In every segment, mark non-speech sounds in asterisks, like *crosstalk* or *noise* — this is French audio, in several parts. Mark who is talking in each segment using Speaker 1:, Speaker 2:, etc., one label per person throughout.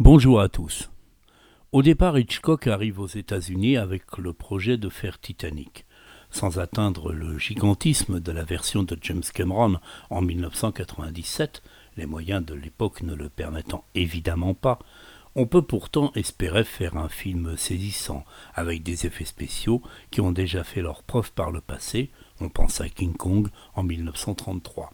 Speaker 1: Bonjour à tous. Au départ, Hitchcock arrive aux États-Unis avec le projet de faire Titanic, sans atteindre le gigantisme de la version de James Cameron en 1997, les moyens de l'époque ne le permettant évidemment pas. On peut pourtant espérer faire un film saisissant, avec des effets spéciaux qui ont déjà fait leur preuve par le passé, on pense à King Kong en 1933.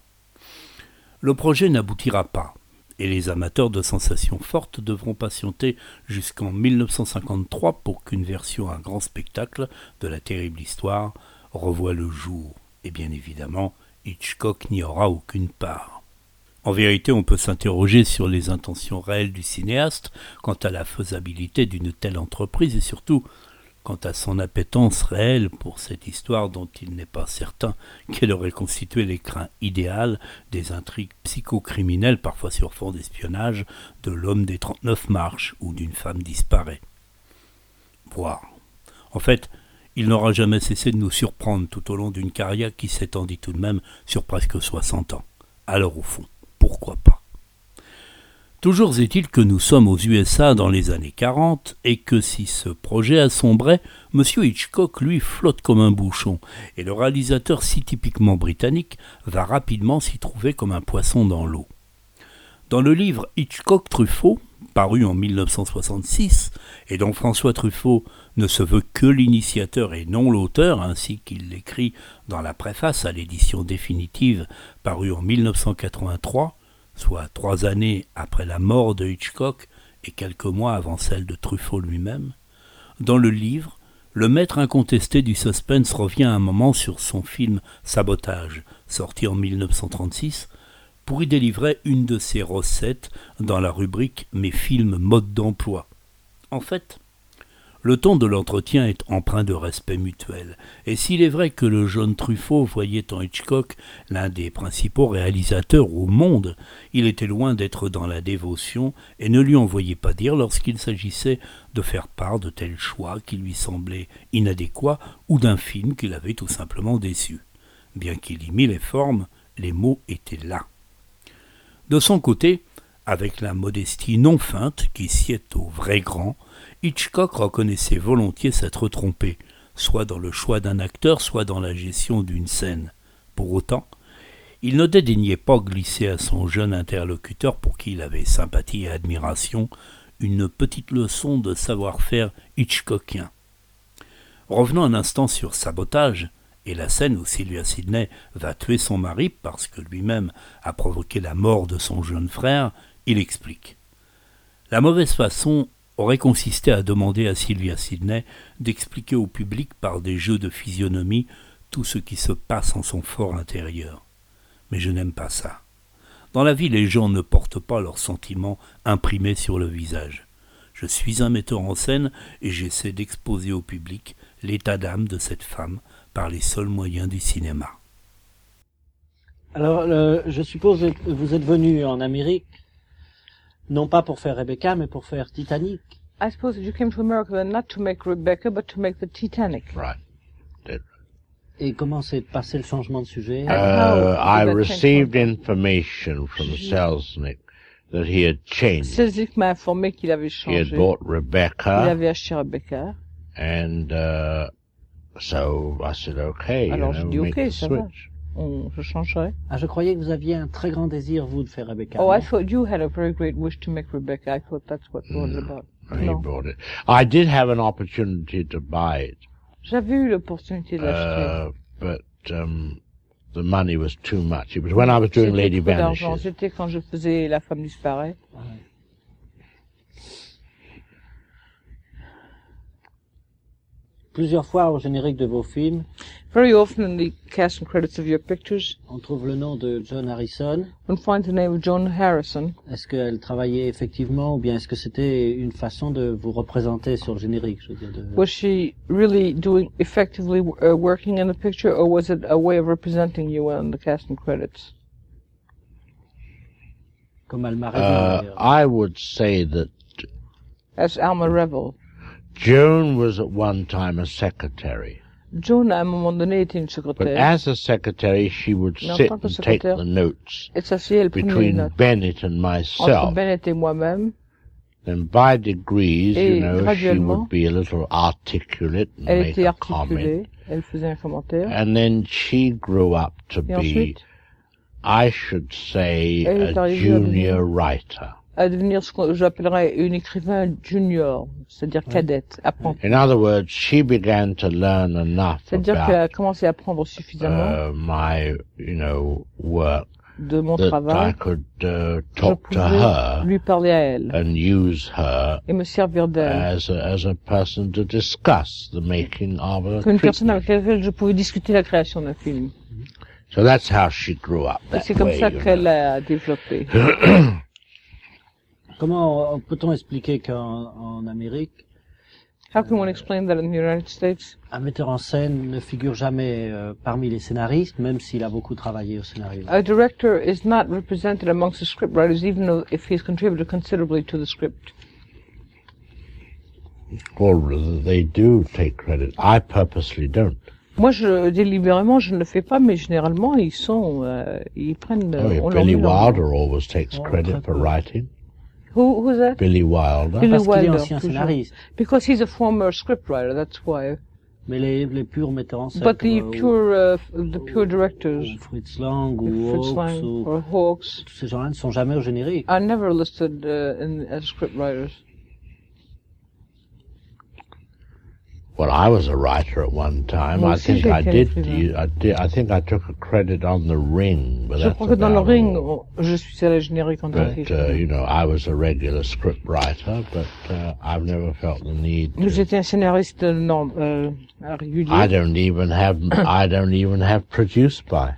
Speaker 1: Le projet n'aboutira pas, et les amateurs de sensations fortes devront patienter jusqu'en 1953 pour qu'une version à grand spectacle de la terrible histoire revoie le jour. Et bien évidemment, Hitchcock n'y aura aucune part. En vérité, on peut s'interroger sur les intentions réelles du cinéaste quant à la faisabilité d'une telle entreprise et surtout quant à son appétence réelle pour cette histoire dont il n'est pas certain qu'elle aurait constitué l'écrin idéal des intrigues psychocriminelles parfois sur fond d'espionnage de l'homme des 39 marches ou d'une femme disparue. Voir. En fait, il n'aura jamais cessé de nous surprendre tout au long d'une carrière qui s'étendit tout de même sur presque 60 ans. Alors au fond, pourquoi pas Toujours est-il que nous sommes aux USA dans les années 40 et que si ce projet assombrait, M. Hitchcock lui flotte comme un bouchon et le réalisateur si typiquement britannique va rapidement s'y trouver comme un poisson dans l'eau. Dans le livre Hitchcock Truffaut, paru en 1966 et dont François Truffaut ne se veut que l'initiateur et non l'auteur, ainsi qu'il l'écrit dans la préface à l'édition définitive parue en 1983, soit trois années après la mort de Hitchcock et quelques mois avant celle de Truffaut lui-même, dans le livre, le maître incontesté du suspense revient un moment sur son film Sabotage, sorti en 1936, pour y délivrer une de ses recettes dans la rubrique Mes films mode d'emploi. En fait, le ton de l'entretien est empreint de respect mutuel, et s'il est vrai que le jeune Truffaut voyait en Hitchcock l'un des principaux réalisateurs au monde, il était loin d'être dans la dévotion et ne lui envoyait pas dire lorsqu'il s'agissait de faire part de tels choix qui lui semblaient inadéquats ou d'un film qu'il avait tout simplement déçu. Bien qu'il y mît les formes, les mots étaient là. De son côté, avec la modestie non feinte qui sied au vrai grand, Hitchcock reconnaissait volontiers s'être trompé, soit dans le choix d'un acteur, soit dans la gestion d'une scène. Pour autant, il ne dédaignait pas glisser à son jeune interlocuteur, pour qui il avait sympathie et admiration, une petite leçon de savoir-faire hitchcockien. Revenons un instant sur sabotage, et la scène où Sylvia Sidney va tuer son mari parce que lui-même a provoqué la mort de son jeune frère, il explique. La mauvaise façon aurait consisté à demander à Sylvia Sidney d'expliquer au public par des jeux de physionomie tout ce qui se passe en son fort intérieur. Mais je n'aime pas ça. Dans la vie, les gens ne portent pas leurs sentiments imprimés sur le visage. Je suis un metteur en scène et j'essaie d'exposer au public l'état d'âme de cette femme par les seuls moyens du cinéma.
Speaker 2: Alors, euh, je suppose que vous êtes venu en Amérique, non pas pour faire Rebecca, mais pour faire Titanic.
Speaker 3: I suppose that you came to America then not to make Rebecca, but to make the Titanic.
Speaker 4: Right. That-
Speaker 2: Et comment s'est passé le changement de sujet
Speaker 3: Ah.
Speaker 4: Uh,
Speaker 3: how
Speaker 4: I
Speaker 3: did that change
Speaker 4: received
Speaker 3: from-
Speaker 4: information from Selznick that he had changed. it.
Speaker 3: Selznick m'a informé qu'il avait
Speaker 4: He had
Speaker 3: changé.
Speaker 4: bought
Speaker 3: Il
Speaker 4: Rebecca,
Speaker 3: avait acheté Rebecca.
Speaker 4: and uh, so I said, okay, you
Speaker 3: Alors, j'ai
Speaker 4: know,
Speaker 3: dit,
Speaker 4: make
Speaker 3: okay,
Speaker 4: the
Speaker 3: ça va.
Speaker 4: switch.
Speaker 3: On, je changerai.
Speaker 2: Ah, je croyais que vous aviez un très grand désir, vous, de faire Rebecca.
Speaker 3: Oh, I
Speaker 2: non
Speaker 3: thought you had a very great wish to make Rebecca. I thought that's what it was about.
Speaker 4: Mm, He
Speaker 3: Non.
Speaker 4: bought it. I did have an opportunity to buy
Speaker 3: J'avais eu l'opportunité
Speaker 4: it,
Speaker 3: de l'acheter.
Speaker 4: uh, but um, the money was too much. It was when I was doing
Speaker 3: C'était
Speaker 4: Lady
Speaker 3: trop d'argent.
Speaker 4: Vanishes.
Speaker 3: C'était quand je faisais La femme disparaît.
Speaker 2: Plusieurs fois au générique de vos films,
Speaker 3: Very often in the cast and credits of your pictures,
Speaker 2: on trouve le nom de John Harrison.
Speaker 3: one finds the name of John Harrison.
Speaker 2: Est-ce qu'elle travaillait effectivement ou bien est-ce que c'était une façon de vous représenter sur le générique je veux dire, de-
Speaker 3: Was she really doing effectively uh, working in the picture, or was it a way of representing you on the cast and credits?
Speaker 2: Comme Almaraz.
Speaker 4: Uh, I would say that
Speaker 3: As Alma Revel,
Speaker 4: Joan was at one time a secretary.
Speaker 3: Joan à un moment donné était une
Speaker 4: But
Speaker 3: secrétaire.
Speaker 4: as a secretary, she would
Speaker 3: No,
Speaker 4: sit
Speaker 3: not
Speaker 4: and
Speaker 3: a
Speaker 4: take
Speaker 3: secretary.
Speaker 4: the notes
Speaker 3: Et ça, c'est elle prenait les
Speaker 4: between
Speaker 3: notes
Speaker 4: Bennett and
Speaker 3: entre
Speaker 4: myself.
Speaker 3: Bennett et moi-même.
Speaker 4: Then by degrees,
Speaker 3: Et
Speaker 4: you know, she
Speaker 3: graduellement,
Speaker 4: would be a little articulate and
Speaker 3: Elle
Speaker 4: make
Speaker 3: était
Speaker 4: a comment.
Speaker 3: articulée, elle faisait un commentaire.
Speaker 4: And then she grew up to
Speaker 3: Et
Speaker 4: be,
Speaker 3: ensuite,
Speaker 4: I should say,
Speaker 3: Elle est
Speaker 4: a
Speaker 3: arrivée à
Speaker 4: junior
Speaker 3: devenir-
Speaker 4: writer.
Speaker 3: à devenir ce que j'appellerais une écrivain junior, c'est-à-dire cadette, apprenti.
Speaker 4: In other words, she began to learn enough
Speaker 3: C'est-à-dire qu'elle
Speaker 4: about
Speaker 3: a commencé à apprendre suffisamment
Speaker 4: uh, my, you know, work
Speaker 3: de mon
Speaker 4: that I
Speaker 3: travail.
Speaker 4: could uh,
Speaker 3: Je
Speaker 4: talk to
Speaker 3: pouvais
Speaker 4: her Euh,
Speaker 3: lui parler à elle
Speaker 4: and use her
Speaker 3: et me servir d'elle.
Speaker 4: as a, as a person to discuss the making of a
Speaker 3: Comme une personne
Speaker 4: treatment.
Speaker 3: avec laquelle je pouvais discuter la création d'un film.
Speaker 4: So that's how she grew up.
Speaker 3: Et
Speaker 4: That
Speaker 3: c'est comme
Speaker 4: way,
Speaker 3: ça
Speaker 4: you
Speaker 3: qu'elle
Speaker 4: know.
Speaker 3: a développé.
Speaker 2: Comment euh, peut-on expliquer qu'en en Amérique,
Speaker 3: How can one explain that in the United States?
Speaker 2: un metteur en scène ne figure jamais euh, parmi les scénaristes, même s'il a beaucoup travaillé au scénario
Speaker 3: A director is not represented amongst the scriptwriters, even though if he's contributed considerably to the script.
Speaker 4: Or rather, they do take credit. I purposely don't.
Speaker 3: Moi, je délibérément, je ne le fais pas, mais généralement, ils sont, euh, ils prennent.
Speaker 4: I
Speaker 3: euh,
Speaker 4: mean,
Speaker 3: on leur
Speaker 4: Oh, Billy
Speaker 3: met leur-
Speaker 4: Ah Wilder always takes
Speaker 2: Oh, très
Speaker 4: credit for
Speaker 2: peu.
Speaker 4: writing.
Speaker 3: Who, who's that?
Speaker 4: Billy Wilder.
Speaker 3: Billy
Speaker 2: Parce qu'il est
Speaker 3: Wilder,
Speaker 2: ancien
Speaker 3: toujours.
Speaker 2: scénariste,
Speaker 3: Because he's a former scriptwriter, that's why.
Speaker 2: mais les, les purs metteurs en scène,
Speaker 3: But the
Speaker 2: comme, euh,
Speaker 3: pure, uh, the pure
Speaker 2: ou,
Speaker 3: directors,
Speaker 2: ou Fritz Lang ou
Speaker 3: Fritz
Speaker 2: Hawks,
Speaker 3: Lang Ah.
Speaker 2: ou,
Speaker 3: or Hawks,
Speaker 2: tous ces gens-là ne sont jamais au générique.
Speaker 3: are never listed uh, in, as scriptwriters.
Speaker 4: Well, I was a writer at one time.
Speaker 3: Moi
Speaker 4: I
Speaker 3: aussi,
Speaker 4: think
Speaker 3: j'ai
Speaker 4: I
Speaker 3: été
Speaker 4: did,
Speaker 3: écrivain.
Speaker 4: the- I did. I think I took a credit on The Ring, but
Speaker 3: Je
Speaker 4: that's
Speaker 3: crois que dans le
Speaker 4: about
Speaker 3: ring,
Speaker 4: all.
Speaker 3: on- je suis allé générique en tant
Speaker 4: But
Speaker 3: que.
Speaker 4: uh, you know, I was a regular script writer, but uh, I've never felt the need.
Speaker 3: Mais
Speaker 4: To,
Speaker 3: J'étais un scénariste norm, euh, régulier.
Speaker 4: I don't even have. I don't even have produced by.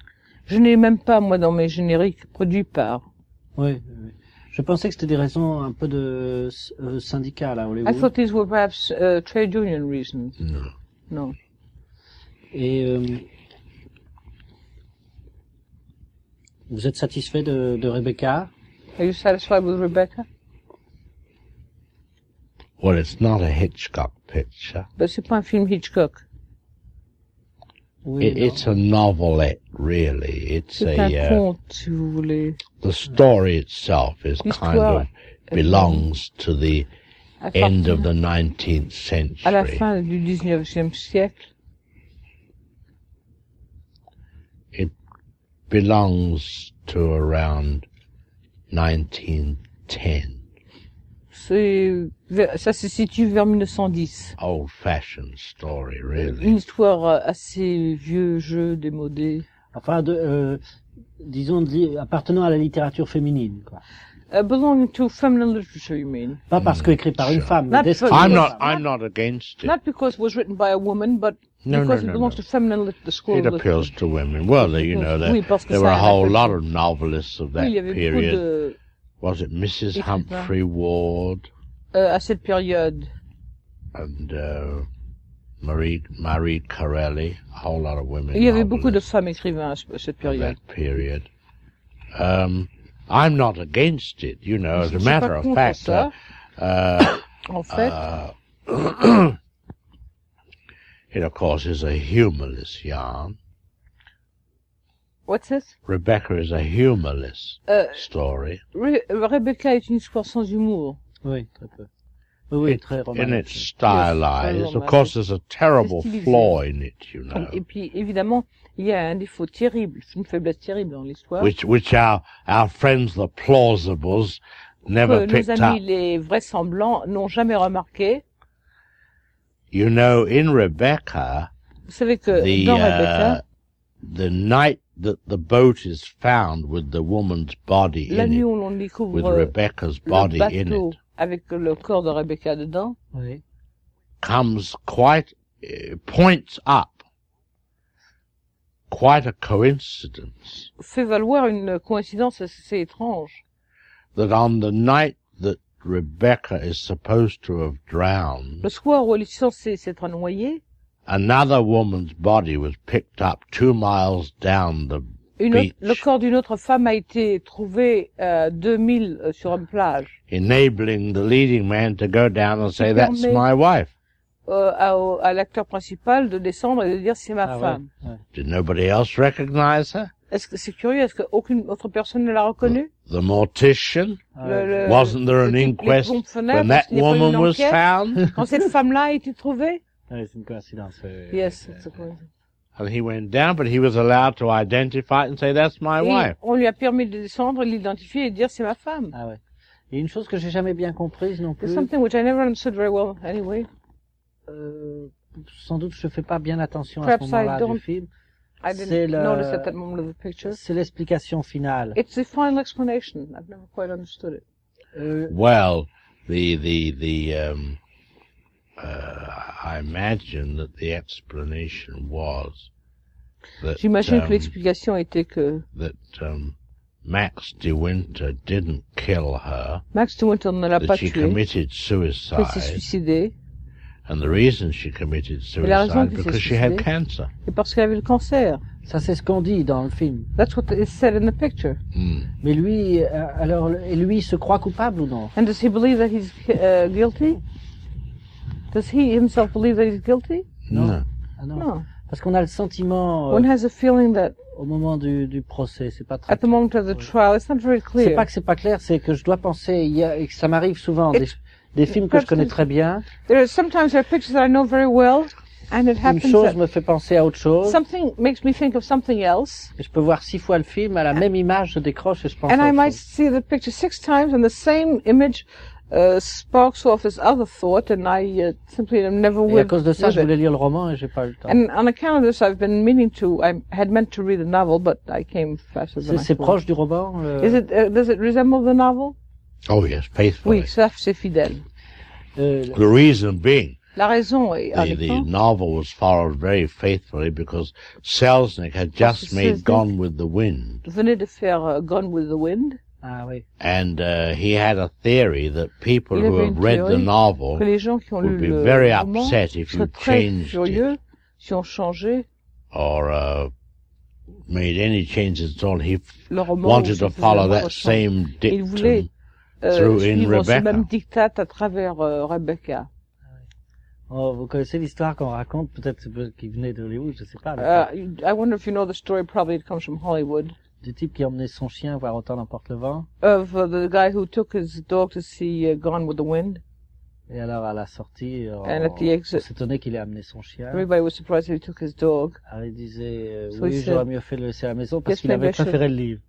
Speaker 3: Je n'ai même pas, moi, dans mes génériques, produit par.
Speaker 2: Oui, oui. Je pensais que c'était des raisons un peu de euh, syndicales à
Speaker 3: I
Speaker 2: Hollywood.
Speaker 3: thought these were perhaps uh, trade union reasons.
Speaker 4: No.
Speaker 3: No.
Speaker 2: Et euh, vous êtes satisfait de, de Rebecca
Speaker 3: Are you satisfied with Rebecca?
Speaker 4: Well, it's not a Hitchcock picture.
Speaker 3: Bah, c'est pas un film Hitchcock.
Speaker 2: Oui,
Speaker 4: It,
Speaker 2: non.
Speaker 4: it's a novelette, really. It's
Speaker 3: C'est un
Speaker 4: a. Uh,
Speaker 3: conte, si vous voulez.
Speaker 4: the story itself is kind of
Speaker 3: L'histoire
Speaker 4: belongs to the
Speaker 3: à
Speaker 4: end
Speaker 3: partir-
Speaker 4: of the 19th
Speaker 3: à la
Speaker 4: century.
Speaker 3: fin du 19e siècle,
Speaker 4: Belongs to around 1910.
Speaker 3: c'est, vers- ça se situe vers 1910.
Speaker 4: Old-fashioned story,
Speaker 3: Une
Speaker 4: really.
Speaker 3: histoire euh, assez vieux jeu, démodé.
Speaker 2: Enfin, de, euh, disons, de li- appartenant à la littérature féminine. Quoi.
Speaker 3: Uh, belonging to feminine literature, you mean?
Speaker 2: Pas parce que écrit par une
Speaker 4: sure.
Speaker 2: femme, mais
Speaker 3: Not
Speaker 2: d'esprit.
Speaker 3: for-
Speaker 4: I'm not. I'm not against it.
Speaker 3: Not because it was written by a woman, but
Speaker 4: No, no,
Speaker 3: because it
Speaker 4: no.
Speaker 3: belongs
Speaker 4: no.
Speaker 3: to feminine lit- the school
Speaker 4: It
Speaker 3: of
Speaker 4: appeals
Speaker 3: literature.
Speaker 4: to women. Well, there, you know,
Speaker 3: Oui,
Speaker 4: there,
Speaker 3: parce que
Speaker 4: there
Speaker 3: ça
Speaker 4: were a
Speaker 3: a
Speaker 4: whole
Speaker 3: réfléchi.
Speaker 4: lot of novelists of
Speaker 3: Oui,
Speaker 4: that
Speaker 3: il y avait beaucoup
Speaker 4: period.
Speaker 3: de,
Speaker 4: Was it Mrs.
Speaker 3: Écrivains.
Speaker 4: Humphrey Ward
Speaker 3: euh, à cette période,
Speaker 4: and uh, Marie Marie Corelli? A whole lot of women.
Speaker 3: il y avait beaucoup de
Speaker 4: novelists
Speaker 3: femmes écrivains à ce- à cette
Speaker 4: of
Speaker 3: période.
Speaker 4: that period. Um, I'm not against it, you know. As
Speaker 3: Je suis
Speaker 4: a
Speaker 3: pas
Speaker 4: matter of
Speaker 3: contre
Speaker 4: fact,
Speaker 3: ça.
Speaker 4: uh,
Speaker 3: *coughs*
Speaker 4: uh,
Speaker 3: En fait,
Speaker 4: uh, it of course is a humorless yarn.
Speaker 3: what's it?
Speaker 4: Rebecca is a humorless
Speaker 3: Euh,
Speaker 4: story.
Speaker 3: Re- Rebecca est une histoire sans humour.
Speaker 2: Oui, très peu. Oui, oui, très
Speaker 4: and it's
Speaker 2: romantique.
Speaker 3: Yes,
Speaker 4: stylized.
Speaker 3: very
Speaker 4: Of course, there's a terrible
Speaker 3: It's
Speaker 4: flaw in it, you know,
Speaker 3: Et puis, évidemment, il y a un défaut terrible, une faiblesse terrible dans l'histoire.
Speaker 4: which which our our friends the plausibles never
Speaker 3: que nos
Speaker 4: picked up.
Speaker 3: amis les vraisemblants n'ont jamais remarqué.
Speaker 4: You know, in Rebecca,
Speaker 3: Vous savez que Euh,
Speaker 4: the
Speaker 3: dans
Speaker 4: uh,
Speaker 3: Rebecca,
Speaker 4: the night that the boat is found with the woman's body
Speaker 3: la
Speaker 4: in
Speaker 3: nuit
Speaker 4: it,
Speaker 3: où l'on
Speaker 4: with
Speaker 3: découvre
Speaker 4: Rebecca's
Speaker 3: euh, le
Speaker 4: body in
Speaker 3: bateau
Speaker 4: it,
Speaker 3: avec le corps de Rebecca dedans,
Speaker 2: Oui.
Speaker 4: comes quite uh, points up quite a coincidence
Speaker 3: fait valoir une coïncidence assez étrange.
Speaker 4: that on the night that Rebecca is supposed to have drowned.
Speaker 3: Le soir où elle est censée s'être noyée,
Speaker 4: Another woman's body was picked up two miles down the
Speaker 3: une autre-
Speaker 4: beach
Speaker 3: le corps d'une autre femme a été trouvé à 2000 euh, sur une plage,
Speaker 4: enabling the leading man to go down and say,
Speaker 3: Qui
Speaker 4: That's
Speaker 3: permet-
Speaker 4: my wife.
Speaker 3: euh, à, au- à l'acteur principal de descendre et de dire c'est ma
Speaker 2: Ah,
Speaker 3: femme.
Speaker 2: ouais, ouais.
Speaker 4: Did nobody else recognize her?
Speaker 3: Est-ce que c'est curieux Est-ce qu'aucune autre personne ne l'a reconnue
Speaker 4: The mortician?
Speaker 2: Ah
Speaker 3: Le- le-
Speaker 4: Wasn't there an
Speaker 3: le- les
Speaker 4: inquest
Speaker 3: pompes-fenêtres,
Speaker 4: when that
Speaker 3: il n'y a pas eu
Speaker 4: woman
Speaker 3: une
Speaker 4: was
Speaker 3: enquête *laughs*
Speaker 4: found?
Speaker 3: Quand cette femme-là a
Speaker 2: *laughs*
Speaker 3: été trouvée
Speaker 2: Ouais, c'est une coïncidence. euh,
Speaker 3: Yes,
Speaker 2: euh,
Speaker 3: it's a coincidence.
Speaker 4: And he went down, but he was allowed to identify it and say, that's my
Speaker 2: Ah
Speaker 3: Et
Speaker 4: wife.
Speaker 3: on lui a permis de descendre, l'identifier et dire c'est ma femme.
Speaker 2: Ah ouais. Et une chose que j'ai jamais bien comprise non
Speaker 3: It's
Speaker 2: plus,
Speaker 3: something which I never understood very well anyway.
Speaker 2: euh, sans doute je fais pas bien attention à
Speaker 3: Perhaps
Speaker 2: ce
Speaker 3: I
Speaker 2: moment-là
Speaker 3: don't-
Speaker 2: du film,
Speaker 3: I
Speaker 2: C'est
Speaker 3: didn't
Speaker 2: le-
Speaker 3: notice at that moment of the picture.
Speaker 2: c'est l'explication finale.
Speaker 3: It's the final explanation. I've never quite understood it.
Speaker 2: Euh,
Speaker 4: Well, the, the, the, um, uh, I imagine that the explanation was that,
Speaker 3: J'imagine
Speaker 2: Euh,
Speaker 3: que
Speaker 4: um,
Speaker 3: l'explication était que
Speaker 4: that, um, Max de Winter didn't kill her,
Speaker 3: Max de Winter ne l'a pas
Speaker 4: that Uh, she
Speaker 3: tuée.
Speaker 4: committed
Speaker 3: Elle s'est
Speaker 4: suicide,
Speaker 3: suicidée.
Speaker 4: and the reason she committed
Speaker 3: la raison
Speaker 4: suicide
Speaker 3: qu'elle s'est
Speaker 4: because she had
Speaker 3: suicidée-
Speaker 4: cancer.
Speaker 3: Et parce qu'elle avait le cancer.
Speaker 2: ça c'est ce qu'on dit dans le film.
Speaker 3: That's what is said in the picture.
Speaker 4: Mm.
Speaker 2: Mais lui, euh, alors, et lui il se croit coupable ou non
Speaker 3: And does he believe that he's uh, guilty? Does he himself believe that he's guilty?
Speaker 2: Non.
Speaker 4: No.
Speaker 2: Ah non.
Speaker 3: No.
Speaker 2: Parce qu'on a le sentiment euh,
Speaker 3: One has a feeling that
Speaker 2: au moment du, du procès, c'est pas très.
Speaker 3: at the moment of the trial, it's not very
Speaker 2: C'est
Speaker 3: clear.
Speaker 2: pas que c'est pas clair, c'est que je dois penser. Il y a, et que ça m'arrive souvent des, des films que je connais très bien.
Speaker 3: There are sometimes there are pictures that I know very well, and it
Speaker 2: Une
Speaker 3: happens
Speaker 2: chose
Speaker 3: that
Speaker 2: me fait penser à autre chose.
Speaker 3: something makes me think of something else,
Speaker 2: Et je peux voir six fois le film, à la même image, je décroche et je pense
Speaker 3: and
Speaker 2: à
Speaker 3: I
Speaker 2: autre
Speaker 3: might
Speaker 2: chose.
Speaker 3: see the picture six times, and the same image uh, sparks off this other thought, and I uh, simply am never
Speaker 2: Et à
Speaker 3: with,
Speaker 2: cause de ça,
Speaker 3: with
Speaker 2: je
Speaker 3: it.
Speaker 2: voulais lire le roman et j'ai pas eu le temps.
Speaker 3: And on account of this, I've been meaning to. I had meant to read the novel, but I came faster
Speaker 2: C'est
Speaker 3: than I
Speaker 2: c'est
Speaker 3: thought.
Speaker 2: proche du roman. le-
Speaker 3: Is it? Uh, does it resemble the novel?
Speaker 4: Oh yes, faithfully.
Speaker 3: Oui, ça c'est fidèle.
Speaker 2: euh,
Speaker 4: The reason being,
Speaker 3: La raison est en
Speaker 4: the, the
Speaker 3: effet,
Speaker 4: novel was followed very faithfully because Selznick had just
Speaker 3: Because
Speaker 4: made
Speaker 3: Selznick-
Speaker 4: Gone with the Wind,
Speaker 3: venait de faire euh, Gone with the Wind,
Speaker 2: Ah oui.
Speaker 4: and uh, he had a theory that people
Speaker 3: Il
Speaker 4: who
Speaker 3: avait
Speaker 4: have
Speaker 3: une
Speaker 4: read the
Speaker 3: théorie
Speaker 4: novel
Speaker 3: que les gens qui ont
Speaker 4: would
Speaker 3: lu
Speaker 4: be
Speaker 3: le
Speaker 4: very
Speaker 3: roman
Speaker 4: upset if you
Speaker 3: seraient très
Speaker 4: changed it.
Speaker 3: furieux si on changeait
Speaker 4: or uh, made any changes at all. He f-
Speaker 3: le roman. ou
Speaker 4: wanted
Speaker 3: si
Speaker 4: to
Speaker 3: on faisait
Speaker 4: follow
Speaker 3: la
Speaker 4: that
Speaker 3: recherche.
Speaker 4: same
Speaker 3: Il voulait
Speaker 4: dictum.
Speaker 3: euh,
Speaker 4: through in
Speaker 3: suivre ce
Speaker 4: Rebecca.
Speaker 3: même dictat à travers euh, Rebecca.
Speaker 2: Oh, vous connaissez l'histoire qu'on raconte, peut-être c'est peu- qui venait d'Hollywood, je sais pas. le-
Speaker 3: Uh, I wonder if you know the story. Probably it comes from Hollywood.
Speaker 2: Du type qui emmenait son chien voir autant l'emporte le vent.
Speaker 3: Of uh, the guy who took his dog to see uh, Gone with the Wind.
Speaker 2: Et alors, à la sortie, on,
Speaker 3: And at the
Speaker 2: on
Speaker 3: exit-
Speaker 2: s'étonnait qu'il ait amené son chien.
Speaker 3: Everybody was surprised that he took his dog.
Speaker 2: Alors, il disait, euh,
Speaker 3: So he
Speaker 2: oui,
Speaker 3: said-
Speaker 2: j'aurais mieux fait de le laisser à la maison parce
Speaker 3: Yes,
Speaker 2: qu'il avait
Speaker 3: maybe I should-
Speaker 2: préféré le livre.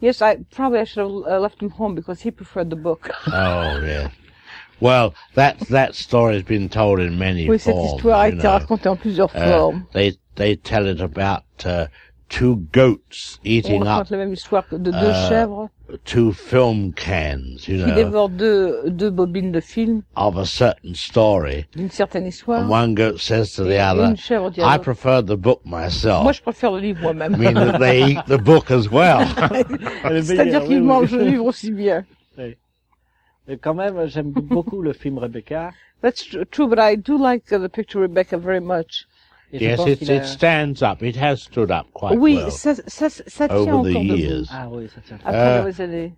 Speaker 3: Yes, I probably I should have uh, left him home because he preferred the book.
Speaker 4: Oh yes. Well, that that story has been told in
Speaker 3: *laughs*
Speaker 4: many
Speaker 3: Oui, cette
Speaker 4: forms.
Speaker 3: histoire a
Speaker 4: you
Speaker 3: été
Speaker 4: know.
Speaker 3: racontée en plusieurs
Speaker 4: Uh,
Speaker 3: formes.
Speaker 4: they they tell it about uh, two goats
Speaker 3: On
Speaker 4: eating up
Speaker 3: raconte la même histoire que de deux
Speaker 4: Euh,
Speaker 3: chèvres
Speaker 4: two film cans,
Speaker 3: qui
Speaker 4: you know,
Speaker 3: dévorent deux, deux bobines de film
Speaker 4: of a certain story.
Speaker 3: d'une certaine histoire.
Speaker 4: And one goat says to the
Speaker 3: Et
Speaker 4: other,
Speaker 3: une chèvre dit à
Speaker 4: "I
Speaker 3: l'autre,
Speaker 4: prefer the book myself."
Speaker 3: Moi, je préfère le livre
Speaker 4: I
Speaker 3: moi-même.
Speaker 4: mean that they *laughs* eat the book as well.
Speaker 3: *laughs* C'est-à-dire
Speaker 2: Oui,
Speaker 3: qu'il
Speaker 2: oui.
Speaker 3: mange le
Speaker 2: *laughs*
Speaker 3: livre aussi bien.
Speaker 2: Mais quand même, j'aime beaucoup le film Rebecca.
Speaker 3: That's tr- true, but I do like uh, the picture Rebecca very much.
Speaker 2: Et je
Speaker 4: yes,
Speaker 2: pense
Speaker 4: it,
Speaker 2: qu'il a-
Speaker 4: it stands up. It has stood up quite
Speaker 3: Oui,
Speaker 4: well
Speaker 3: ça, ça, ça tient
Speaker 4: over
Speaker 3: encore
Speaker 4: the
Speaker 3: debout.
Speaker 4: years.
Speaker 2: Ah oui, ça tient.
Speaker 3: À
Speaker 4: Euh,
Speaker 3: travers les années.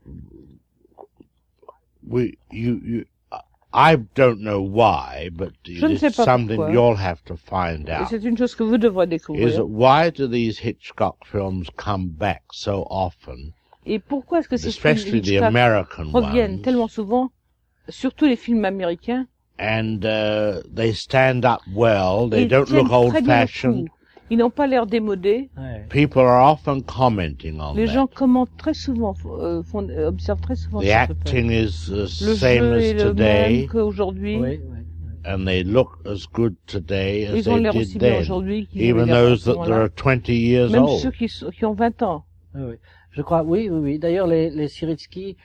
Speaker 4: We you you. I don't know why, but
Speaker 3: Je ne
Speaker 4: it's
Speaker 3: sais pas
Speaker 4: something
Speaker 3: pourquoi.
Speaker 4: you'll have to find
Speaker 3: Et
Speaker 4: out.
Speaker 3: c'est une chose que vous devrez
Speaker 4: Is
Speaker 3: découvrir.
Speaker 4: that why do these Hitchcock films come back so often,
Speaker 3: Et pourquoi est-ce que ces films
Speaker 4: especially the
Speaker 3: Hitchcock
Speaker 4: American
Speaker 3: reviennent
Speaker 4: ones?
Speaker 3: tellement souvent, surtout les films américains,
Speaker 4: and uh, they stand up well. They
Speaker 3: ils
Speaker 4: don't
Speaker 3: tiennent
Speaker 4: look old
Speaker 3: très bien le
Speaker 4: fashioned.
Speaker 3: coup. Ils n'ont pas l'air démodés.
Speaker 2: Ouais.
Speaker 4: People are often commenting on
Speaker 3: Les
Speaker 4: that.
Speaker 3: gens commentent très souvent, f- euh, font, euh, observent très souvent
Speaker 4: the
Speaker 3: ce que fait.
Speaker 4: acting is the
Speaker 3: Le
Speaker 4: same
Speaker 3: jeu est
Speaker 4: as
Speaker 3: le même
Speaker 4: today,
Speaker 3: qu'aujourd'hui.
Speaker 2: Oui, oui.
Speaker 4: and they look as good today as
Speaker 3: Ils ont
Speaker 4: they
Speaker 3: l'air
Speaker 4: did
Speaker 3: aussi bien
Speaker 4: then.
Speaker 3: aujourd'hui qu'ils
Speaker 4: Even
Speaker 3: avaient l'air à
Speaker 4: those
Speaker 3: ce
Speaker 4: that
Speaker 3: moment-là.
Speaker 4: are 20 years
Speaker 3: Même
Speaker 4: old.
Speaker 3: ceux qui, sont- qui ont 20 ans.
Speaker 2: Oui, oui. Je crois, oui, oui, oui. D'ailleurs, les, les Siritsky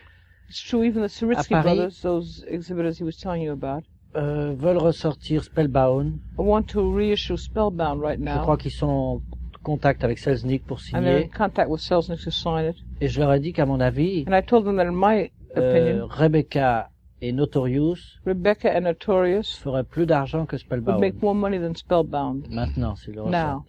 Speaker 3: It's true, even the Siritsky
Speaker 2: À Paris.
Speaker 3: brothers, those exhibitors he was telling you about,
Speaker 2: euh, veulent ressortir Spellbound.
Speaker 3: want to reissue Spellbound right
Speaker 2: Je crois
Speaker 3: now.
Speaker 2: qu'ils sont en contact avec Selznick pour
Speaker 3: And they're in
Speaker 2: signer.
Speaker 3: contact with Selznick to sign it.
Speaker 2: Et je leur ai dit qu'à mon avis,
Speaker 3: And I told them that in my
Speaker 2: euh,
Speaker 3: opinion,
Speaker 2: Rebecca et Notorious
Speaker 3: Rebecca and Notorious
Speaker 2: feraient plus d'argent que
Speaker 3: would
Speaker 2: Spellbound.
Speaker 3: make more money than Spellbound
Speaker 2: Maintenant, c'est le
Speaker 3: now,